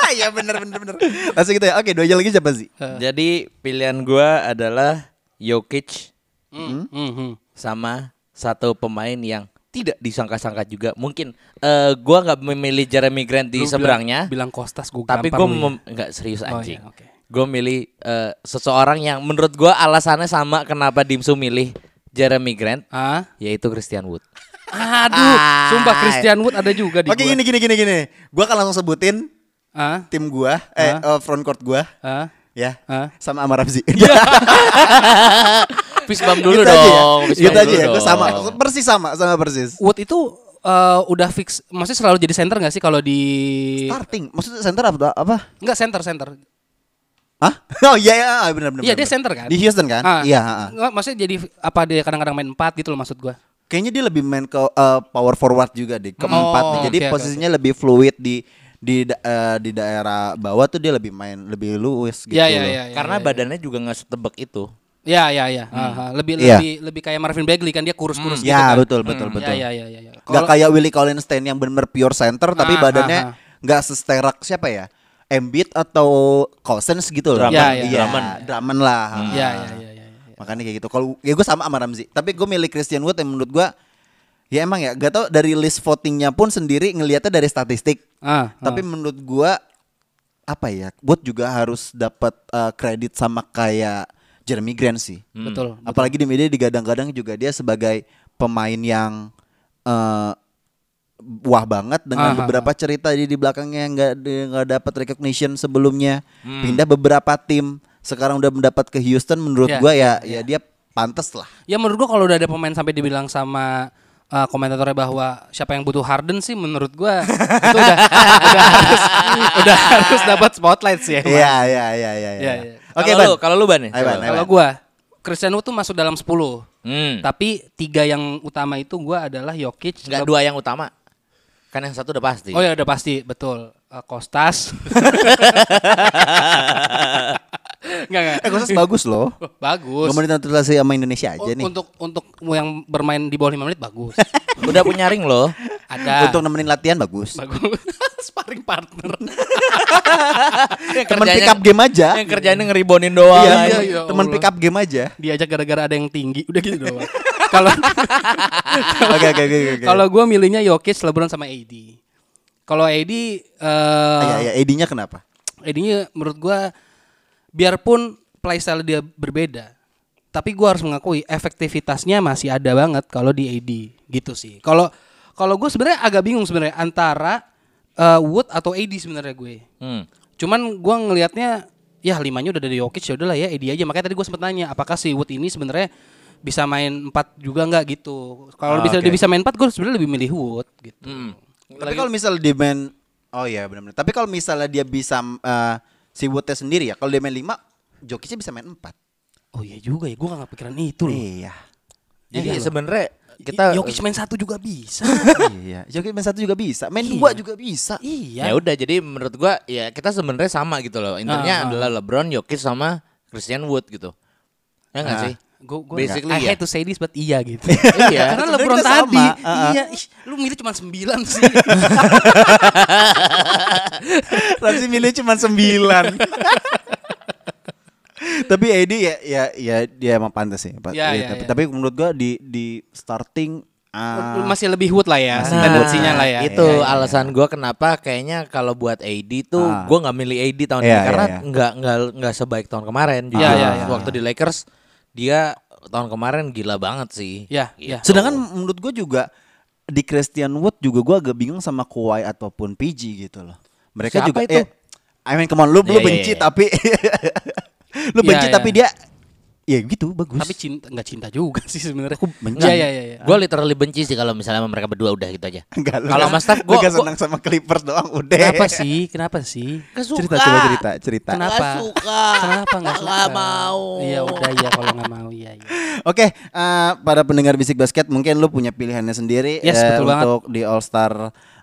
S5: Ah, ya bener bener bener. Langsung gitu ya. Oke, dua aja lagi siapa sih?
S1: Jadi pilihan gua adalah Jokic
S5: Hmm?
S2: Mhm.
S1: sama satu pemain yang tidak disangka-sangka juga. Mungkin eh gua nggak memilih Jeremy Grant di
S2: Lu
S1: seberangnya.
S2: bilang, bilang Kostas gua
S1: tapi gue
S2: gampar lu ya.
S1: nggak serius
S2: Oh,
S1: anjing.
S2: iya, oke.
S1: Gue milih eh, seseorang yang menurut gue alasannya sama kenapa Dimsum milih Jeremy Grant,
S2: Ah?
S1: yaitu Christian Wood.
S2: Aduh, sumpah Christian Wood ada juga di
S5: Ah. Oke,
S2: gua.
S5: gini gini gini gini. Gua akan langsung sebutin
S2: Ah?
S5: tim gua
S2: Hah?
S5: eh eh, front court gua
S2: Ah?
S5: ya
S2: Hah?
S5: sama Amar Ramzi. Iya,
S1: Fist bump dulu
S5: aja ya.
S1: dong. fist bump
S5: Gitu aja
S1: dulu
S5: ya. Gua
S1: dong.
S5: sama persis sama sama persis.
S2: Wood itu eh, udah fix, maksudnya selalu jadi center nggak sih kalau di
S5: Starting maksudnya center apa? apa?
S2: Enggak center center.
S5: Hah? Oh iya iya ah, benar benar.
S2: Iya dia
S5: benar.
S2: center kan.
S5: Di Houston kan?
S2: Ah.
S5: Iya, ah, ah.
S2: Nggak, maksudnya jadi apa dia kadang-kadang main empat gitu loh maksud gua.
S5: Kayaknya dia lebih main ke eh, power forward juga deh, keempat
S2: Oh,
S5: nih. Jadi
S2: oke, oke,
S5: posisinya lebih fluid di di da- eh, di daerah bawah tuh dia lebih main lebih luwes gitu.
S2: Iya
S1: Ya,
S2: iya
S5: loh.
S2: iya. iya,
S1: Karena
S2: iya.
S1: badannya juga nggak setebek itu.
S2: Iya iya iya.
S1: Hmm.
S2: Ah, ah. Lebih
S5: Iya.
S2: lebih lebih kayak Marvin Bagley kan dia kurus-kurus gitu
S5: Ya,
S2: kan.
S5: betul betul
S2: Iya,
S5: betul.
S2: Iya iya iya iya.
S5: Nggak
S2: Kalau-
S5: kayak Willy Collinstein yang bener pure center
S2: Ah,
S5: tapi
S2: ah,
S5: badannya
S2: ah.
S5: nggak sesterak siapa ya? Embiid atau Cousins gitu loh.
S1: Drummond,
S5: Iya,
S2: iya.
S5: Drummond. Drummond lah.
S2: Iya
S5: Hmm.
S2: iya iya iya. iya.
S5: Makanya kayak gitu. Kalau ya gue sama sama Ramzi, tapi gue milih Christian Wood yang menurut gue ya emang ya gak tau dari list votingnya pun sendiri ngelihatnya dari statistik.
S2: Ah,
S5: Tapi menurut gue apa ya? Wood juga harus dapat eh, kredit sama kayak Jeremy Grant sih.
S1: Hmm.
S2: Betul.
S5: Apalagi di media digadang-gadang juga dia sebagai pemain yang eh, wah banget dengan
S2: Ah,
S5: beberapa cerita di di belakangnya yang nggak di- nggak dapat recognition sebelumnya pindah beberapa tim sekarang udah mendapat ke Houston menurut
S2: Ya,
S5: gua ya ya dia pantas lah
S2: Ya menurut gua kalau udah ada pemain sampai dibilang sama uh, komentatornya bahwa siapa yang butuh Harden sih menurut gua itu udah udah harus udah harus dapat spotlight sih ya. emang.
S5: Iya iya iya iya.
S2: Iya,
S5: iya.
S2: iya.
S5: Oke
S1: kalau
S5: Ban.
S1: lu, kalau lu ban ya.
S5: Ayo, Ban,
S1: Coba.
S5: ayo,
S2: Kalau gua Christian Wood tuh masuk dalam 10.
S1: Hmm.
S2: Tapi tiga yang utama itu gua adalah Jokic.
S1: Nggak dua yang utama. Kan yang satu udah pasti.
S2: Oh ya udah pasti betul. Eh, Kostas. Enggak enggak.
S5: Eh Gosens bagus loh.
S2: Bagus. Oh,
S5: Kemudian naturalisasi sama Indonesia aja nih.
S2: Untuk untuk yang bermain di bawah 5 menit bagus.
S1: udah punya ring loh.
S2: Ada.
S5: Untuk nemenin latihan bagus.
S2: bagus. Sparring partner.
S1: Yang
S5: Temen
S1: kerjanya-
S5: pick up game aja.
S1: Yang kerjanya ngeribonin doang.
S5: Iya,
S2: iya,
S5: iya,
S2: ya
S5: temen
S2: Allah.
S5: pick up game aja.
S2: Diajak gara-gara ada yang tinggi, udah gitu doang. Kalau
S5: Oke oke oke oke.
S2: kalau gue milihnya Jokic, LeBron sama AD. Kalau AD eh
S5: ya ya Edinya kenapa?
S2: AD-nya menurut gua biarpun playstyle dia berbeda, tapi gua harus mengakui efektivitasnya masih ada banget kalau di AD gitu sih. Kalau kalau gue sebenarnya agak bingung sebenarnya antara eh, Wood atau AD sebenarnya gue.
S1: Hmm.
S2: Cuman gua ngelihatnya ya limanya udah dari Jokic ya udahlah ya Edi aja. Makanya tadi gue sempet nanya apakah si Wood ini sebenarnya bisa main 4 juga nggak gitu. Kalau
S1: Ah,
S2: bisa
S1: oke.
S2: dia bisa main 4 gue sebenarnya lebih milih Wood gitu.
S1: Mm.
S5: Tapi kalau misalnya dia main Oh iya benar-benar. Tapi kalau misalnya dia bisa eh, si Woodnya sendiri ya, kalau dia main 5, Jokicnya bisa main 4.
S2: Oh iya juga ya, gue gak kepikiran itu loh.
S5: Iya.
S1: Jadi
S2: Iya,
S1: sebenarnya kita eh,
S2: Kita Jokic main satu juga bisa.
S5: iya. Jokic main satu juga bisa, main
S2: Iya.
S5: dua juga bisa.
S1: ya
S2: iya.
S1: udah jadi menurut gua ya kita sebenarnya sama gitu loh.
S2: Ah, ah.
S1: Intinya adalah LeBron, Jokic sama Christian Wood gitu. Ya enggak
S5: Ah.
S1: sih?
S2: Gue gue
S1: Basically
S2: I
S1: ya.
S2: hate to say this but iya gitu.
S1: Iya.
S2: Karena
S5: Sebenarnya
S2: LeBron
S5: kita sama.
S2: tadi,
S5: Ah,
S2: iya, ih, lu milih cuma 9 sih.
S5: Ramsey milih cuma 9. tapi Edi ya ya ya dia emang pantas sih. Pat-
S2: Ya,
S5: iya,
S2: ya,
S5: tapi,
S2: ya.
S5: tapi menurut gua di di starting ah,
S2: masih lebih Wood lah ya,
S5: Masih
S1: Nah,
S2: tendensinya lah ya.
S1: Itu
S2: Iya, iya, iya.
S1: alasan gua kenapa kayaknya kalau buat AD tuh
S5: Ah.
S1: gua nggak milih AD tahun
S5: Iya,
S1: ini karena
S5: iya, iya.
S1: nggak nggak nggak sebaik tahun kemarin juga.
S2: Iya, iya, iya.
S1: Waktu di Lakers dia tahun kemarin gila banget sih.
S2: Iya, iya.
S1: Gitu.
S5: Sedangkan menurut gue juga di Christian Wood juga gue agak bingung sama Kawhi ataupun PG gitu loh. Mereka
S1: Siapa
S5: juga
S1: itu?
S5: eh, I mean come on lu,
S1: Iya,
S5: lu
S1: iya,
S5: benci
S1: iya.
S5: tapi lu
S2: Iya,
S5: benci
S2: iya.
S5: tapi dia ya gitu bagus.
S2: Tapi cinta nggak cinta juga sih sebenarnya.
S5: Aku benci.
S2: Iya, iya, iya, iya.
S1: Gue literally benci sih kalau misalnya sama mereka berdua udah gitu aja.
S5: Enggak, lu
S1: Kalau
S5: gak-
S1: sama staff
S5: lu
S1: gua-
S5: gak
S1: gua-
S5: senang sama Clippers doang udah.
S2: Kenapa sih? Kenapa sih?
S5: Cerita coba cerita cerita.
S2: Kenapa?
S1: Nggak suka.
S2: Kenapa nggak suka?
S1: Nggak mau.
S2: Iya udah ya kalau nggak mau ya. ya.
S5: Oke, eh, para pendengar bisik basket mungkin lu punya pilihannya sendiri
S2: Yes,
S5: eh,
S2: betul banget.
S5: untuk di All Star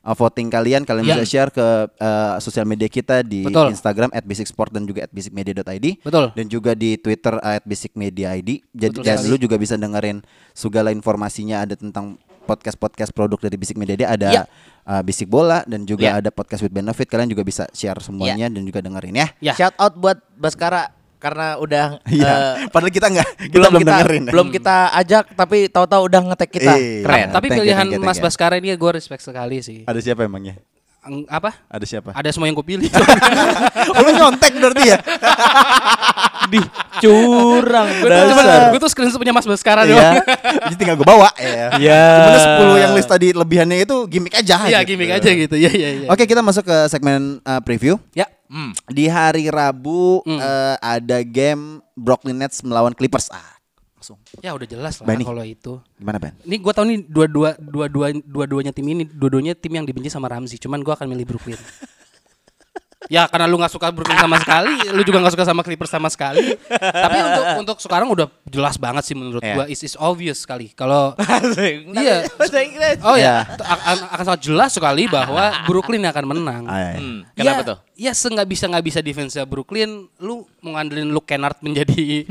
S5: eh, voting kalian. Kalian
S2: Iya.
S5: bisa share ke eh, sosial media kita di
S2: Betul.
S5: Instagram @bisiksport dan juga @bisikmedia.id.
S2: Betul.
S5: Dan juga di Twitter @bisikmedia_id. Jadi
S2: Betul
S5: dan
S2: sekali.
S5: lu juga bisa dengerin segala informasinya ada tentang podcast-podcast produk dari Bisik Media Dia ada
S2: Iya.
S5: eh, Bisik Bola dan juga
S2: Ya.
S1: Iya.
S5: ada podcast with benefit. Kalian juga bisa share semuanya dan juga dengerin ya.
S2: Ya.
S1: Shout out buat Baskara karena udah
S5: Iya.
S1: eh,
S5: Padahal kita nggak kita
S1: belum
S5: belum
S1: kita
S5: dengerin.
S1: belum kita ajak tapi tahu-tahu udah ngetek kita.
S5: Iya.
S1: Keren.
S2: Tapi
S5: thank you,
S2: pilihan
S5: thank you, thank
S2: Mas
S5: you.
S2: Baskara ini gue respect sekali sih.
S5: Ada siapa emangnya?
S2: Eng- Apa?
S5: Ada siapa?
S2: Ada semua yang gue pilih.
S5: Oh, lu nyontek berarti ya?
S2: Di curang. Gue tuh cuma
S5: dasar.
S2: gue tuh screenshot punya Mas Baskara
S5: Iya.
S2: doang.
S5: Jadi tinggal gue bawa ya.
S1: Iya.
S5: Sebenarnya 10 yang list tadi lebihannya itu gimmick aja.
S2: Iya
S5: gitu.
S2: gimmick aja gitu. Iya iya iya.
S5: Oke, kita masuk ke segmen uh, preview.
S2: Ya.
S1: Hmm.
S5: Di hari Rabu
S2: Hmm.
S5: eh, ada game Brooklyn Nets melawan Clippers. Ah, langsung.
S2: Ya udah jelas lah
S5: Bani.
S2: kalau itu.
S5: Gimana, Ben?
S2: Ini gue tau nih dua-dua dua-dua dua-duanya tim ini dua-duanya tim yang dibenci sama Ramzi. Cuman gue akan milih Brooklyn. ya karena lu nggak suka Brooklyn sama sekali, lu juga nggak suka sama Clippers sama sekali. Tapi untuk untuk sekarang udah jelas banget sih menurut
S5: Iya.
S2: gua gue. It's, it's obvious sekali kalau
S1: Iya.
S2: oh ya
S5: Iya.
S2: t- a- a- akan sangat jelas sekali bahwa Brooklyn akan menang.
S5: Ah,
S1: Hmm, Kenapa
S2: ya,
S1: tuh?
S2: Ya se nggak bisa nggak bisa defense Brooklyn, lu mengandelin Luke Kennard menjadi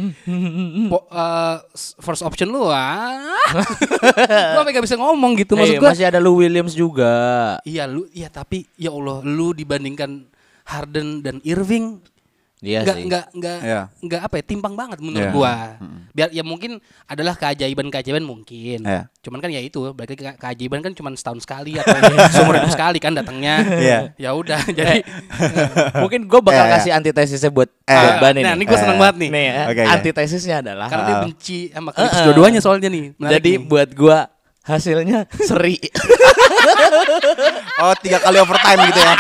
S2: po- eh, s- first option lu ah. lu sampai nggak bisa ngomong gitu
S1: Eh,
S2: maksud gua.
S1: masih ada Lou Williams juga.
S2: Iya lu, iya tapi ya Allah lu dibandingkan Harden dan Irving
S1: Iya
S2: nggak
S1: sih.
S2: nggak nggak
S5: Iya.
S2: nggak apa ya timpang banget menurut
S5: Iya.
S2: gua. Biar ya mungkin adalah keajaiban keajaiban mungkin.
S5: Iya.
S2: Cuman kan ya itu berarti ke- keajaiban kan cuman setahun sekali atau seumur hidup sekali kan datangnya.
S5: Iya.
S2: Ya udah jadi
S1: Mungkin gue bakal
S5: Eh, eh.
S1: kasih antitesisnya buat
S5: Eh,
S1: buat
S5: eh.
S1: Bani
S2: nah ini
S1: nih.
S2: gua seneng
S5: Eh.
S2: banget nih.
S1: Nih ya,
S5: Oke, oke.
S1: antitesisnya adalah
S2: Karena dia benci sama Clippers
S1: Eh, eh.
S2: dua-duanya soalnya nih.
S1: Ah.
S2: Menarik
S1: jadi
S2: nih.
S1: buat gua hasilnya seri.
S5: Iya. Oh, tiga kali overtime gitu ya.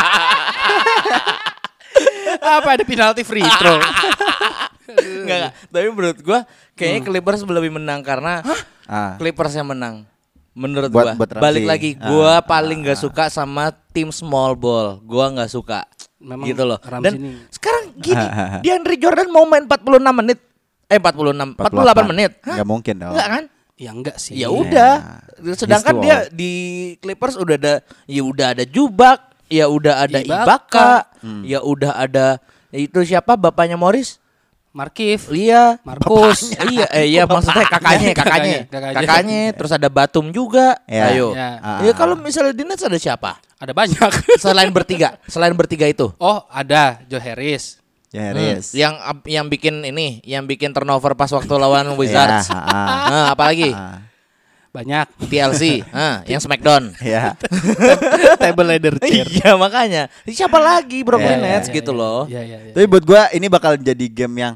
S2: apa ada penalti free throw?
S1: Enggak, enggak. tapi menurut gua kayaknya Clippers lebih menang karena
S5: Hmm. Ah.
S1: Clippers yang menang. Menurut gua.
S5: Buat- buat Ramsey. Ah.
S1: Balik lagi gua paling nggak suka sama tim small ball. Gua nggak suka.
S2: Memang
S1: gitu loh.
S2: Ramsey
S1: Dan
S2: ini-
S1: sekarang gini,
S5: Ah.
S1: DeAndre Jordan mau main 46 menit. Eh 46, 48 menit. Hah?
S5: Gak mungkin dong.
S1: Enggak kan?
S2: ya enggak sih.
S1: Ya udah. Sedangkan
S5: He's too
S1: dia di Clippers udah ada ya udah ada Jubak, ya udah ada
S2: Ibaka.
S1: Ibaka, ya udah ada itu siapa bapaknya Morris?
S2: Markif.
S1: Iya,
S2: Markus.
S1: Iya, eh, iya maksudnya kakaknya, kakaknya,
S2: Kakaknya, kakaknya.
S1: kakaknya, terus ada Batum juga.
S5: Iya.
S1: Ayo.
S2: Iya.
S1: Ya kalau misalnya di Nets ada siapa?
S2: Ada banyak.
S1: Selain bertiga, selain bertiga itu.
S2: oh, ada Joe Harris.
S5: Ya,
S1: Hmm,
S2: Iya.
S5: Riz.
S1: Yang ab- yang bikin ini, yang bikin turnover pas waktu lawan Wizards.
S5: Ya, ah, ah.
S1: Nah, apalagi
S2: Banyak.
S1: TLC, nah, yang Smackdown.
S5: Ya.
S2: Table ladder
S1: Iya makanya siapa lagi Brooklyn
S5: Iya, iya,
S1: Nets
S2: iya,
S1: gitu loh.
S2: Iya, iya, iya.
S5: Tapi buat gue ini bakal jadi game yang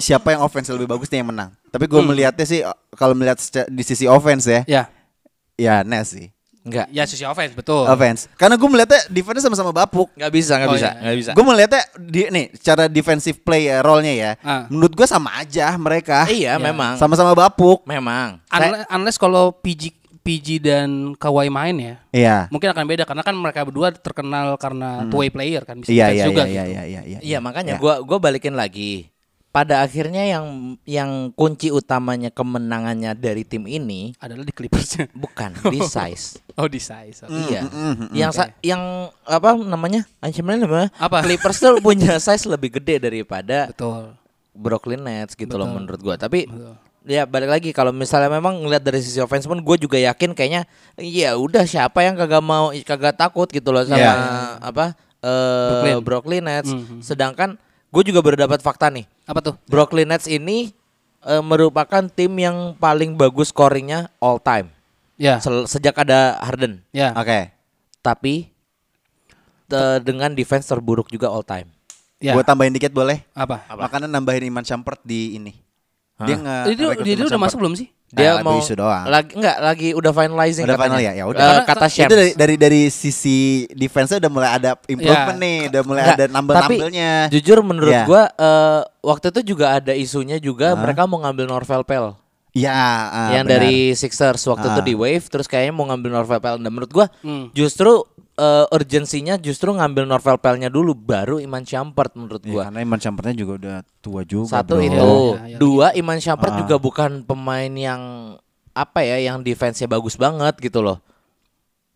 S5: siapa yang offense lebih bagus nih yang
S2: Hmm. Iya.
S5: menang. Tapi gue melihatnya sih kalau melihat seca- di sisi offense ya,
S2: Ya.
S5: ya Nets sih.
S1: Enggak.
S2: Ya sisi offense betul.
S5: offense. Karena gue melihatnya defense sama-sama bapuk.
S1: Enggak bisa, enggak
S2: Oh,
S1: bisa,
S2: iya.
S1: enggak bisa.
S5: Gue melihatnya di, nih cara defensive play ya, role-nya ya.
S2: Ah.
S5: Menurut gue sama aja mereka.
S1: iya, memang.
S5: Sama-sama bapuk.
S1: Memang.
S2: Unle- unless kalau PG PG dan Kawhi main ya.
S5: Iya.
S2: Mungkin akan beda karena kan mereka berdua terkenal karena two way player kan bisa
S5: Iya
S2: defense
S5: iya
S2: juga.
S5: iya iya
S2: gitu.
S5: iya iya.
S1: Iya makanya gua gua balikin lagi. Pada akhirnya yang yang kunci utamanya kemenangannya dari tim ini
S2: Adalah di Clippersnya.
S1: bukan di size.
S2: Oh di size. oke.
S1: Iya.
S2: hmm,
S1: yang sa- yang apa namanya? Ancamannya apa?
S2: Apa?
S1: Clippers tuh punya size lebih gede daripada
S2: Betul.
S1: Brooklyn Nets gitu loh
S2: Betul.
S1: menurut gua. Tapi
S2: Betul.
S1: ya balik lagi kalau misalnya memang ngelihat dari sisi offense pun gue juga yakin kayaknya ya udah siapa yang kagak mau kagak takut gitu loh sama
S5: Iya. Hmm,
S1: apa eh,
S2: Brooklyn.
S1: Brooklyn. Nets. Sedangkan gue juga baru dapat fakta nih.
S2: Apa tuh?
S1: Brooklyn Nets ini eh, merupakan tim yang paling bagus scoringnya all time
S2: Ya.
S1: Sel- sejak ada Harden
S2: Ya.
S5: Oke.
S1: tapi te- dengan defense terburuk juga all time.
S2: Ya.
S5: Gue tambahin dikit boleh?
S2: Apa?
S5: Makanan nambahin Iman Shumpert di ini. Dia nge
S2: Jadi dia,
S5: rekrut
S2: dia
S5: Iman
S2: udah
S5: Shumpert.
S2: masuk belum sih?
S1: Dia
S5: Ah,
S1: mau
S5: isu doang.
S1: lagi enggak lagi udah finalizing
S5: Udah
S1: katanya.
S5: final ya? Ya udah.
S1: Eh,
S5: Karena-
S1: kata Shams.
S5: Itu dari, dari dari sisi defense-nya udah mulai ada improvement
S2: Iya.
S5: nih, udah mulai
S1: Nggak,
S5: ada nambel-nambelnya.
S1: Tapi jujur menurut
S5: Iya.
S1: gua eh, waktu itu juga ada isunya juga mereka mau ngambil Norvel Pell
S5: Ya, ah,
S1: yang
S5: benar.
S1: dari Sixers waktu itu
S5: Ah.
S1: di Wave terus kayaknya mau ngambil Norvel Pell. Dan menurut gua
S2: Hmm.
S1: justru eh, urgensinya justru ngambil Norvel Pell-nya dulu baru Iman Shumpert menurut
S5: Iya,
S1: gua.
S5: karena Iman Shumpertnya juga udah tua juga.
S1: Satu
S5: bro.
S1: itu,
S2: Iya, iya,
S1: dua Iman
S5: Ah.
S1: Shumpert juga bukan pemain yang apa ya, yang defense-nya bagus banget gitu loh.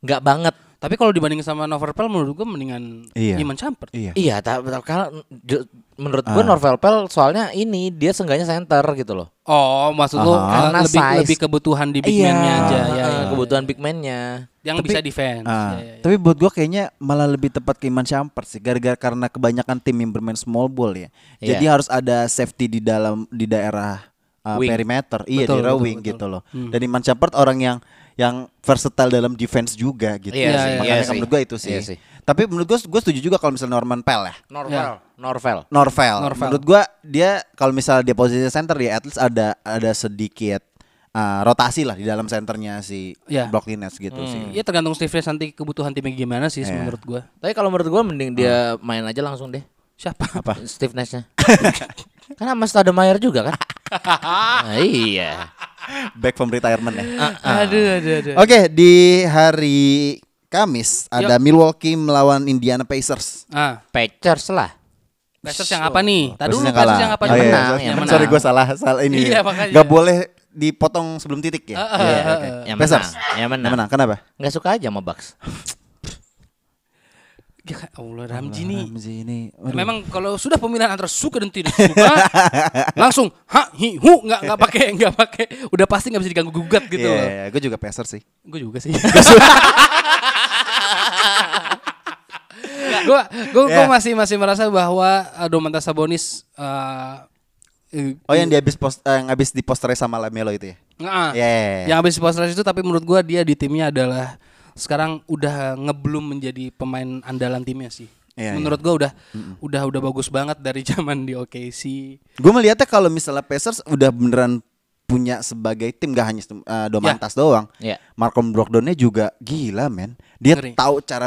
S1: Nggak banget.
S2: Tapi kalau dibanding sama Noverpel menurut gua mendingan
S5: Iya.
S2: Iman Shumpert.
S5: Iya.
S1: Iya, tapi menurut
S5: Ah.
S1: gue Norvel Pell soalnya ini dia sengganya center gitu loh.
S2: Oh, maksud lu
S5: Aha. Iya.
S2: uh,
S1: Karena
S2: lebih
S1: size.
S2: lebih kebutuhan di big man-nya aja ya, ya, ya.
S1: kebutuhan big man-nya.
S2: yang
S5: Tapi-
S2: bisa defense. Ya,
S5: Ah,
S2: ya, ya.
S5: Tapi buat gua kayaknya malah lebih tepat ke Iman Shumpert sih gara-gara karena kebanyakan tim yang bermain small ball ya.
S1: Iya.
S5: Jadi harus ada safety di dalam di daerah uh,
S1: Wing.
S5: perimeter. Iya,
S2: Betul,
S5: di daerah
S2: betul,
S5: wing
S2: betul.
S5: gitu loh.
S1: Hmm.
S5: Dan Iman Shumpert orang yang yang versatile dalam defense juga gitu.
S1: Iya
S2: sih,
S5: Makanya
S1: iya sih.
S5: menurut gua itu sih.
S1: Iya sih.
S5: Tapi menurut gua gua setuju juga kalau misalnya Norman Pell ya.
S1: Norvel, Norvel.
S5: Norvel.
S2: Norvel.
S5: Menurut gua dia kalau misalnya dia posisi center ya at least ada ada sedikit uh, rotasi lah di dalam senternya si
S2: Iya.
S5: Brooklyn Nets gitu sih.
S2: Ya tergantung Steve Nash nanti kebutuhan timnya gimana sih
S5: Iya.
S2: menurut gua.
S1: Tapi kalau menurut gue mending dia main aja langsung deh.
S2: Siapa?
S5: Apa?
S1: Steve Nash-nya. kan sama Stoudemire juga kan? Ah, iya.
S5: Back from retirement ya.
S2: Ah, Aduh, aduh, aduh.
S5: Oke, di hari Kamis ada Milwaukee melawan Indiana Pacers.
S2: Ah,
S1: Pacers lah.
S2: Pacers yang apa nih? Tadi dulu
S5: Pacers
S2: Pacers yang apa
S5: Oh, iya,
S2: nih?
S1: menang,
S5: sorry,
S1: yang menang.
S5: Sorry gue salah, salah ini.
S2: Iya, makanya.
S5: Gak boleh dipotong sebelum titik ya.
S2: Ah,
S1: Iya,
S2: ah,
S1: oke.
S2: ah.
S1: Yang
S5: Pacers.
S1: menang, yang
S5: Nah,
S1: menang.
S5: menang. Kenapa?
S1: Nggak suka aja sama Bucks.
S2: Ya Allah Ramji nih.
S5: Ramzi ini. aduh.
S2: Memang kalau sudah pemilihan antara suka dan tidak suka, langsung ha hi hu nggak nggak pakai nggak pakai, udah pasti nggak bisa diganggu gugat gitu.
S5: Iya,
S2: loh.
S5: iya, gue juga Pacers sih.
S2: Gue juga sih. Gue gue
S5: Ya.
S2: masih masih merasa bahwa uh, Domantas Sabonis eh, eh,
S5: Oh, yang dia habis post, eh, yang habis diposternya sama Lamelo itu ya.
S2: Nga-ah.
S5: Yeah.
S2: Yang habis Spurs itu tapi menurut gua dia di timnya adalah sekarang udah ngeblum menjadi pemain andalan timnya sih.
S5: Iya,
S2: menurut gua udah udah udah bagus banget dari zaman di OKC.
S5: Gue melihatnya kalau misalnya Pacers udah beneran punya sebagai tim gak hanya eh,
S2: Ya.
S5: Domantas doang.
S1: Iya.
S5: Malcolm Brogdonnya juga gila men. Dia
S2: Ngeri. Ya.
S5: tahu cara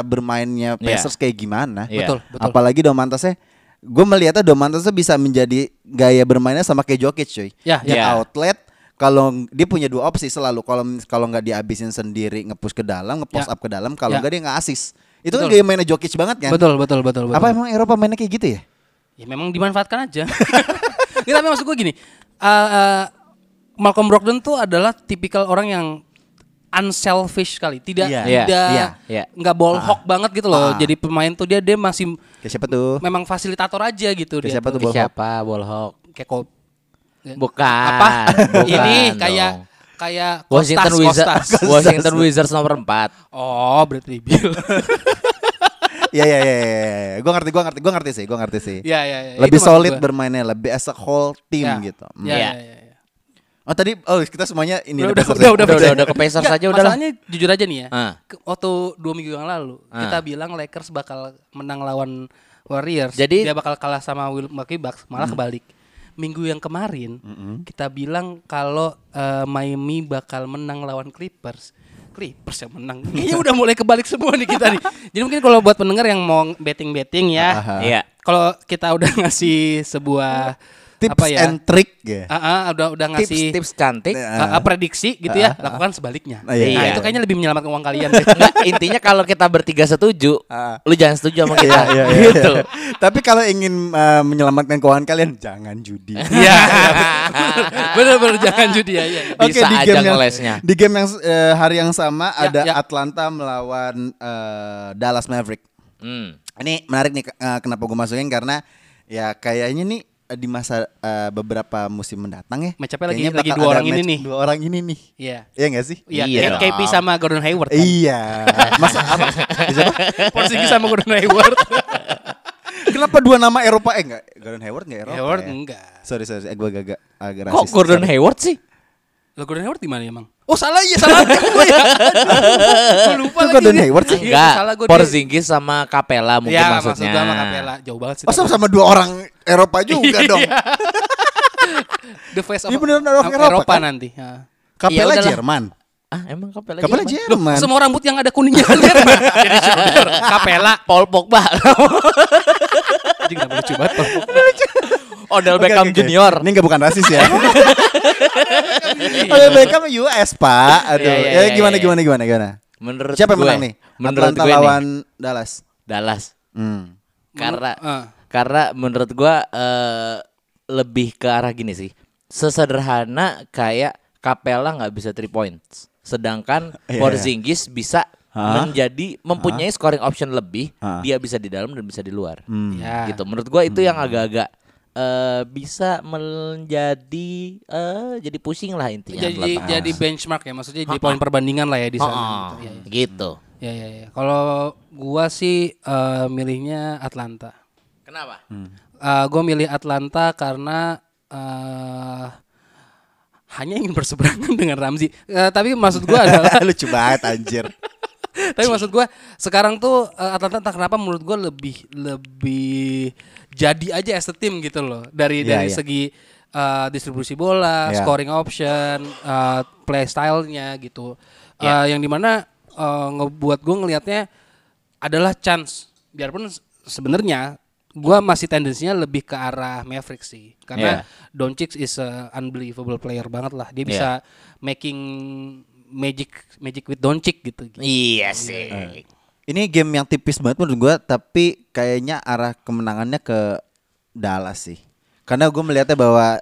S1: Iya.
S5: bermainnya Pacers kayak gimana.
S1: Iya.
S2: Betul, betul.
S5: Apalagi Domantasnya gue melihatnya Domantasnya bisa menjadi gaya bermainnya sama kayak Jokic cuy.
S2: Ya,
S5: dia
S1: ya.
S5: outlet kalau dia punya dua opsi selalu kalau kalau nggak dihabisin sendiri ngepush ke dalam, ngepost
S2: Ya.
S5: up ke dalam, kalau
S2: Ya.
S5: nggak dia nggak assist. Itu kan
S2: Betul.
S5: gaya mainnya Jokic banget kan?
S2: Betul, betul, betul, betul.
S5: Apa emang Eropa mainnya kayak gitu ya?
S2: Ya memang dimanfaatkan aja. Nggak, tapi maksud gua gini, eh, eh, Malcolm Brogdon tuh adalah tipikal orang yang unselfish kali, tidak
S5: Iya.
S1: Iya,
S2: tidak
S1: iya, iya.
S2: nggak ball hawk banget gitu loh.
S5: Ah.
S2: Jadi pemain tuh dia dia masih
S5: Kayak siapa tuh?
S2: memang fasilitator aja gitu
S5: Kayak
S2: dia.
S5: siapa
S2: tuh.
S5: tuh ball hawk?
S1: Siapa Bolhok?
S2: Kayak kok
S1: Bukan.
S2: Eh, apa
S1: Bukan
S2: ini
S1: dong.
S2: kayak kayak
S1: Washington
S2: Kostas,
S1: Wizards
S2: Kostas.
S1: Washington Wizards nomor 4
S2: oh Bradley Beal
S5: Iya iya iya, iya. iya. Gua ngerti, gua ngerti, gua ngerti sih, gua ngerti sih.
S2: ya ya, ya.
S5: lebih
S2: Itu maksud
S5: solid
S2: gua.
S5: bermainnya, lebih as a whole team
S2: Ya.
S5: gitu.
S2: ya,
S1: Iya.
S2: ya, ya, ya.
S5: Oh tadi oh kita semuanya ini
S2: Udah,
S5: ada
S2: udah,
S5: Pacers
S2: udah,
S5: ya?
S1: Udah
S2: Pacers.
S1: udah udah ke Pacers
S2: Nggak,
S1: aja udah lah
S2: masalahnya jujur aja nih ya
S1: Ah.
S2: Ke- waktu dua minggu yang lalu kita bilang Lakers bakal menang lawan Warriors
S1: Jadi-
S2: dia bakal kalah sama Milwaukee Bucks malah kebalik minggu yang kemarin kita bilang kalau eh, Miami bakal menang lawan Clippers Clippers yang menang. Kayaknya udah mulai kebalik semua nih kita nih. Jadi mungkin kalau buat pendengar yang mau betting-betting
S5: Aha.
S2: ya.
S1: Iya.
S2: Kalau kita udah ngasih sebuah
S5: Tips
S2: apa ya?
S5: and trick ya.
S2: Ah, ah, udah udah ngasih
S1: Tips-tips cantik.
S5: Eh,
S2: ah, ah, prediksi gitu ya, lakukan sebaliknya.
S5: Ah, eh, iya.
S2: Nah,
S1: Iya.
S2: itu kayaknya lebih menyelamatkan uang kalian. sih.
S1: Nggak, intinya kalau kita bertiga setuju, lu jangan setuju sama kita.
S5: Iya, iya, iya.
S1: gitu.
S5: Tapi kalau ingin eh, menyelamatkan keuangan kalian jangan judi.
S2: Iya. Benar-benar jangan judi ya. iya.
S1: Bisa
S5: di
S1: aja
S5: game yang-
S1: ngelesnya.
S5: Di game yang eh, hari yang sama
S2: Ya,
S5: ada
S2: ya.
S5: Atlanta melawan eh, Dallas Maverick.
S1: Hmm.
S5: Ini menarik nih ke- eh, kenapa gue masukin karena ya kayaknya nih eh, di masa eh, beberapa musim mendatang ya.
S2: Match-up-nya lagi-
S5: kayaknya
S2: lagi
S5: bakal
S2: dua
S5: ada
S2: orang ini
S5: match-
S2: nih.
S5: Dua orang ini nih.
S2: Iya.
S5: Iya gak sih?
S2: Iya,
S1: Iya
S2: K- KP
S5: dong.
S2: sama Gordon Hayward. kan?
S5: Iya. Masa apa? Siapa?
S2: Porzingis sama Gordon Hayward.
S5: Kenapa dua nama Eropa eh enggak? Gordon Hayward enggak Eropa?
S2: Hayward
S5: ya?
S2: enggak.
S5: Sorry sorry, gue agak agak
S1: mm. Kok
S5: rasis.
S1: Gordon Hayward sih?
S2: Lo Gordon Hayward di mana emang? Oh salah iya salah. Gue ya. Gua lupa
S5: Itu
S2: lagi.
S5: Gordon Hayward sih?
S2: Iya,
S1: Enggak,
S2: salah gua dia.
S1: Porzingis sama Capella mungkin
S2: ya, maksud
S1: maksudnya.
S2: gua sama Capella jauh banget sih.
S5: Oh sama, sama dua orang Eropa juga
S1: Iya.
S5: dong.
S2: The face of
S5: Iya, beneran orang
S2: of
S5: Eropa, kan?
S2: nanti. ya. Ha.
S5: Capella
S1: Iya, udahlah.
S5: Jerman.
S1: Ah, emang Capella.
S5: Capella
S1: Jerman?
S5: Jerman.
S2: Semua rambut yang ada kuningnya kan Jerman. Jadi Schröder, Capella.
S1: Paul Pogba.
S2: Anjing kenapa lucu banget. Paul Pogba.
S1: Odell
S5: Oke,
S1: Beckham
S5: oke, oke.
S1: Junior.
S5: Ini enggak bukan rasis ya. Odell Beckham US, Pak. Aduh.
S1: Iya, iya,
S5: Ya,
S1: iya,
S5: gimana
S1: iya.
S5: gimana gimana gimana.
S1: Menurut
S5: Siapa yang
S1: gue,
S5: menang nih?
S1: Menurut
S5: Atlanta
S1: gue
S5: lawan
S1: nih,
S5: Dallas.
S1: Dallas.
S5: Hmm.
S1: Karena
S2: Ah.
S1: karena menurut gua eh, lebih ke arah gini sih. Sesederhana kayak Capella nggak bisa three points. Sedangkan
S5: Iya,
S1: Porzingis bisa
S5: Hah?
S1: menjadi mempunyai scoring option lebih.
S5: Hah? Hmm.
S1: Dia bisa di dalam dan bisa di luar.
S2: Ya.
S1: Gitu. Menurut gua itu yang agak-agak eh, bisa menjadi eh, jadi pusing lah intinya.
S2: Jadi
S1: Atlanta.
S2: jadi benchmark ya maksudnya jadi poin perbandingan lah ya di sana.
S1: Ah,
S2: gitu. Ya, ya.
S1: gitu.
S5: Hmm.
S2: Ya ya ya. Kalau gua sih eh, milihnya Atlanta.
S1: Kenapa?
S5: Hmm.
S2: Eh gua milih Atlanta karena eh hanya ingin berseberangan dengan Ramzi. Eh, tapi maksud gua adalah
S5: Lucu banget anjir.
S2: tapi maksud gua sekarang tuh eh, Atlanta entah kenapa menurut gua lebih lebih jadi aja as a team gitu loh dari
S5: Iya,
S2: dari
S5: iya.
S2: segi eh, distribusi bola,
S5: Iya.
S2: scoring option, eh, play stylenya gitu. Eh,
S5: Iya.
S2: yang dimana eh, ngebuat gua ngelihatnya adalah chance. Biarpun se- sebenarnya gua masih tendensinya lebih ke arah Mavericks sih
S5: Iya.
S2: karena Doncic is a unbelievable player banget lah. Dia bisa making magic magic with Doncic gitu.
S1: Iya sih.
S5: Eh. Ini game yang tipis banget menurut gua tapi kayaknya arah kemenangannya ke Dallas sih. Karena gue melihatnya bahwa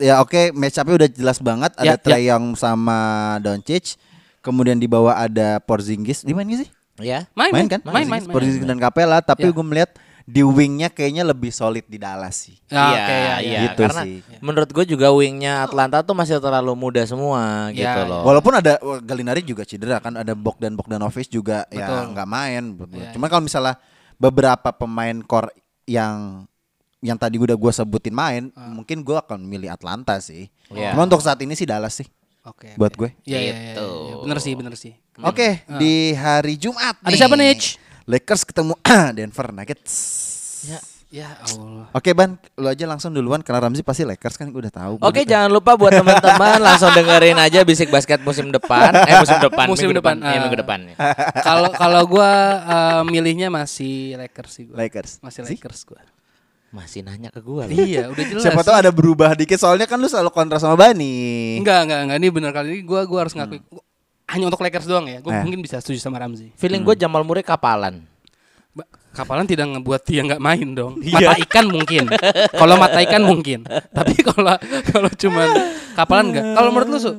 S5: ya oke match up-nya udah jelas banget
S2: Ya,
S5: ada
S2: ya.
S5: Trae Young sama Doncic. Kemudian di bawah ada Porzingis. Di mana sih?
S1: Ya.
S2: Main,
S5: Main kan?
S2: Main main. main.
S5: Porzingis dan Capella, tapi
S2: Ya.
S5: gue melihat di wingnya kayaknya lebih solid di Dallas sih.
S2: Ah,
S1: Iya,
S2: oke, ya, ya.
S5: Gitu
S1: Karena
S5: sih.
S1: menurut gue juga wingnya Atlanta tuh masih terlalu muda semua
S2: Ya,
S1: gitu
S2: ya.
S1: loh.
S5: Walaupun ada wah, Galinari juga cedera kan, ada Bogdan Bogdanovic juga ya
S2: Betul.
S5: nggak main. Betul.
S2: Iya,
S5: Cuma kalau misalnya beberapa pemain core yang yang tadi udah gue sebutin main,
S2: Ah.
S5: mungkin gue akan milih Atlanta sih.
S1: Iya.
S5: Cuma untuk saat ini sih Dallas sih
S2: Oke. oke.
S5: buat gue.
S2: Iya iya iya.
S1: Gitu.
S2: iya. Bener sih, bener sih.
S5: Oke, di hari Jumat
S2: Ada siapa, Nich?
S5: Lakers ketemu Denver Nuggets.
S2: Ya, ya Allah.
S5: Oke Ban, lu aja langsung duluan karena Ramzi pasti Lakers kan gue udah tahu.
S1: Oke, jangan lupa buat teman-teman langsung dengerin aja bisik basket musim depan. Eh musim depan,
S2: Musim
S1: minggu depan,
S2: depan,
S1: Iya,
S2: ah.
S1: minggu depan. ya.
S2: Kalau kalau gua eh, milihnya masih Lakers sih gua.
S5: Lakers.
S2: Masih
S5: Sih?
S2: Lakers gua.
S1: Masih nanya ke gue.
S2: iya, udah jelas.
S5: Siapa tahu ada berubah dikit soalnya kan lu selalu kontra sama Bani.
S2: Enggak, enggak, enggak. Ini bener kali ini gua gua harus ngakui. Gua- Hanya untuk Lakers doang ya. Gua
S5: Hmm. Eh.
S2: mungkin bisa setuju sama Ramzi.
S1: Feeling gue Jamal Murray kapalan.
S2: Ba- Kapalan tidak ngebuat dia nggak main dong.
S5: Iya.
S2: Mata ikan mungkin. Kalau mata ikan mungkin. Tapi kalau kalau cuman kapalan enggak. Kalau menurut lu Su?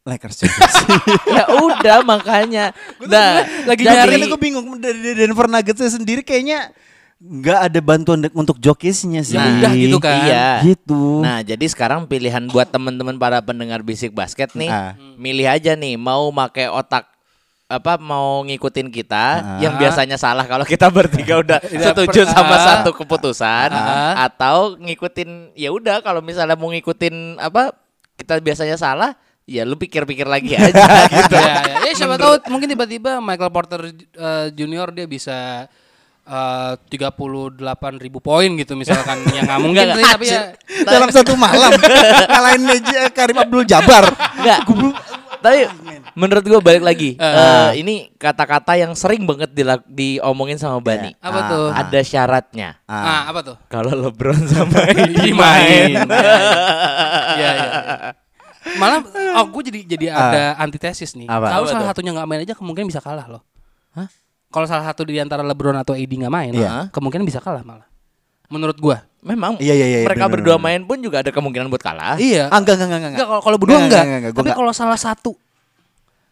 S5: Lakers juga sih.
S1: ya udah makanya. Nah,
S2: lagi
S1: jadi-
S5: Makanya gue kan bingung dari dari Denver Nuggets sendiri kayaknya nggak ada bantuan de- untuk jokisnya sih.
S2: Ya udah gitu kan.
S1: Iya.
S5: Gitu.
S1: Nah, jadi sekarang pilihan buat teman-teman para pendengar bisik basket nih,
S5: Ah.
S1: milih aja nih mau pakai otak apa mau ngikutin kita yang biasanya salah kalau kita bertiga udah setuju
S2: per-
S1: sama
S2: ah.
S1: satu keputusan
S2: Ah.
S1: atau ngikutin ya udah kalau misalnya mau ngikutin apa kita biasanya salah ya lu pikir-pikir lagi aja gitu.
S2: ya, ya. ya siapa tahu mungkin tiba-tiba Michael Porter eh, Junior dia bisa eh, tiga puluh ribu poin gitu misalkan yang nggak mungkin
S1: Nggak,
S2: sih, tapi ya
S5: eh, Dalam satu malam kalahin Karim Abdul Jabbar.
S1: Enggak. Tapi menurut gue balik lagi eh, ini kata-kata yang sering banget dilak- diomongin sama Bani.
S2: Apa tuh?
S1: Ah, Ada syaratnya.
S2: Ah, apa tuh? iya.
S1: Kalau LeBron sama ini main.
S2: Dimain. Iya, iya. Malah oh gue jadi jadi ada antitesis nih.
S1: Ah. Apa?
S2: Kalau
S1: Apa
S2: salah
S1: tuh?
S2: satunya nggak main aja kemungkinan bisa kalah loh.
S1: Hah?
S2: Kalau salah satu di antara LeBron atau AD nggak main,
S1: Iya.
S2: kemungkinan bisa kalah malah. Menurut gua.
S1: Memang
S5: Iya, iya, iya,
S1: mereka
S5: bener,
S1: berdua
S5: bener.
S1: main pun juga ada kemungkinan buat kalah.
S2: Iya.
S5: Ah, enggak, enggak, enggak, enggak.
S2: Enggak kalau kalau berdua enggak.
S5: gua
S2: Tapi kalau salah satu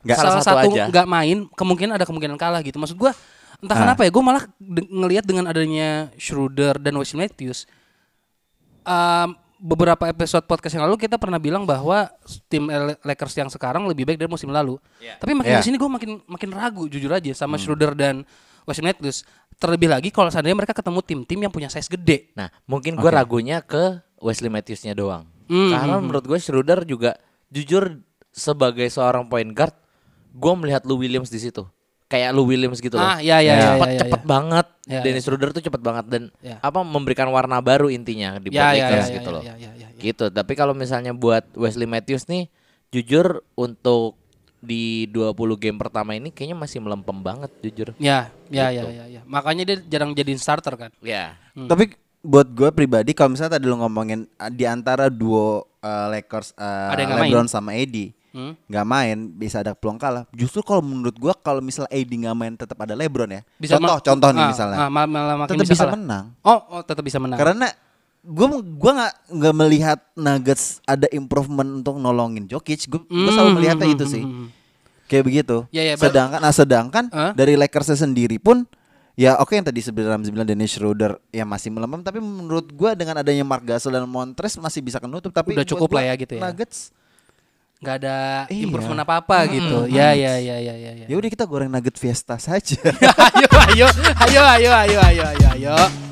S5: Enggak.
S1: Salah
S2: salah,
S1: satu
S2: satu
S1: aja.
S2: nggak main, kemungkinan ada kemungkinan kalah gitu. Maksud gua entah kenapa ya, gue malah de- ngelihat dengan adanya Schroeder dan Wesley Matthews um, beberapa episode podcast yang lalu kita pernah bilang bahwa tim L- Lakers yang sekarang lebih baik dari musim lalu. Tapi makin
S5: Iya.
S2: di sini gue makin makin ragu jujur aja sama Schroeder dan Wesley Matthews. Terlebih lagi kalau seandainya mereka ketemu tim-tim yang punya size gede.
S1: Nah, mungkin gue ragunya ke Wesley Matthewsnya doang.
S2: Hmm.
S1: Karena menurut gue Schroeder juga jujur sebagai seorang point guard, gue melihat Lou Williams di situ. Kayak Lou Williams gitu loh.
S2: Ah, iya, iya,
S1: Yang
S2: iya,
S1: cepet
S2: iya, iya.
S1: cepet banget.
S2: Iya,
S1: Dennis Schroeder tuh cepet banget dan
S2: Iya.
S1: apa memberikan warna baru intinya di
S2: Ya,
S1: buat
S2: ya,
S1: Lakers
S2: ya, ya,
S1: gitu
S2: ya,
S1: loh.
S2: ya, ya, ya, ya.
S1: Gitu. Tapi kalau misalnya buat Wesley Matthews nih, jujur untuk di 20 game pertama ini kayaknya masih melempem banget jujur.
S2: Ya, ya,
S5: Gitu.
S2: ya, ya, ya. Makanya dia jarang jadiin starter kan.
S1: Ya.
S5: Hmm. Tapi buat gue pribadi kalau misalnya tadi lu ngomongin uh, di antara duo uh, Lakers uh,
S2: Ada yang nggak Hmm?
S5: LeBron sama AD nggak main bisa ada peluang kalah. Justru kalau menurut gue kalau misalnya AD nggak main tetap ada LeBron ya.
S2: ma-
S5: contoh contoh nih
S2: ah,
S5: misalnya.
S2: ah, mal- malah makin
S5: tetap bisa,
S2: kalah.
S5: menang.
S2: Oh, oh, tetap bisa menang.
S5: Karena gue gua nggak nggak melihat Nuggets ada improvement untuk nolongin Jokic. Gue
S2: Hmm,
S5: selalu melihatnya itu sih. Kayak begitu.
S2: Ya, ya, but-
S5: sedangkan nah sedangkan
S2: Huh?
S5: dari Lakers sendiri pun ya oke yang tadi sebenarnya bilang Dennis Schroeder ya masih melempem tapi menurut gua dengan adanya Mark Gasol dan Montres masih bisa kenutup tapi
S2: Udah
S5: menurut
S2: cukup lah
S5: gua
S2: ya gitu ya.
S5: Nuggets
S2: nggak ada
S5: Iya.
S2: improvement apa-apa gitu. Ya, ya, ya, ya, ya, ya.
S5: ya udah kita goreng Nugget Fiesta saja.
S2: ayo, ayo, ayo, ayo, ayo, ayo, ayo, ayo.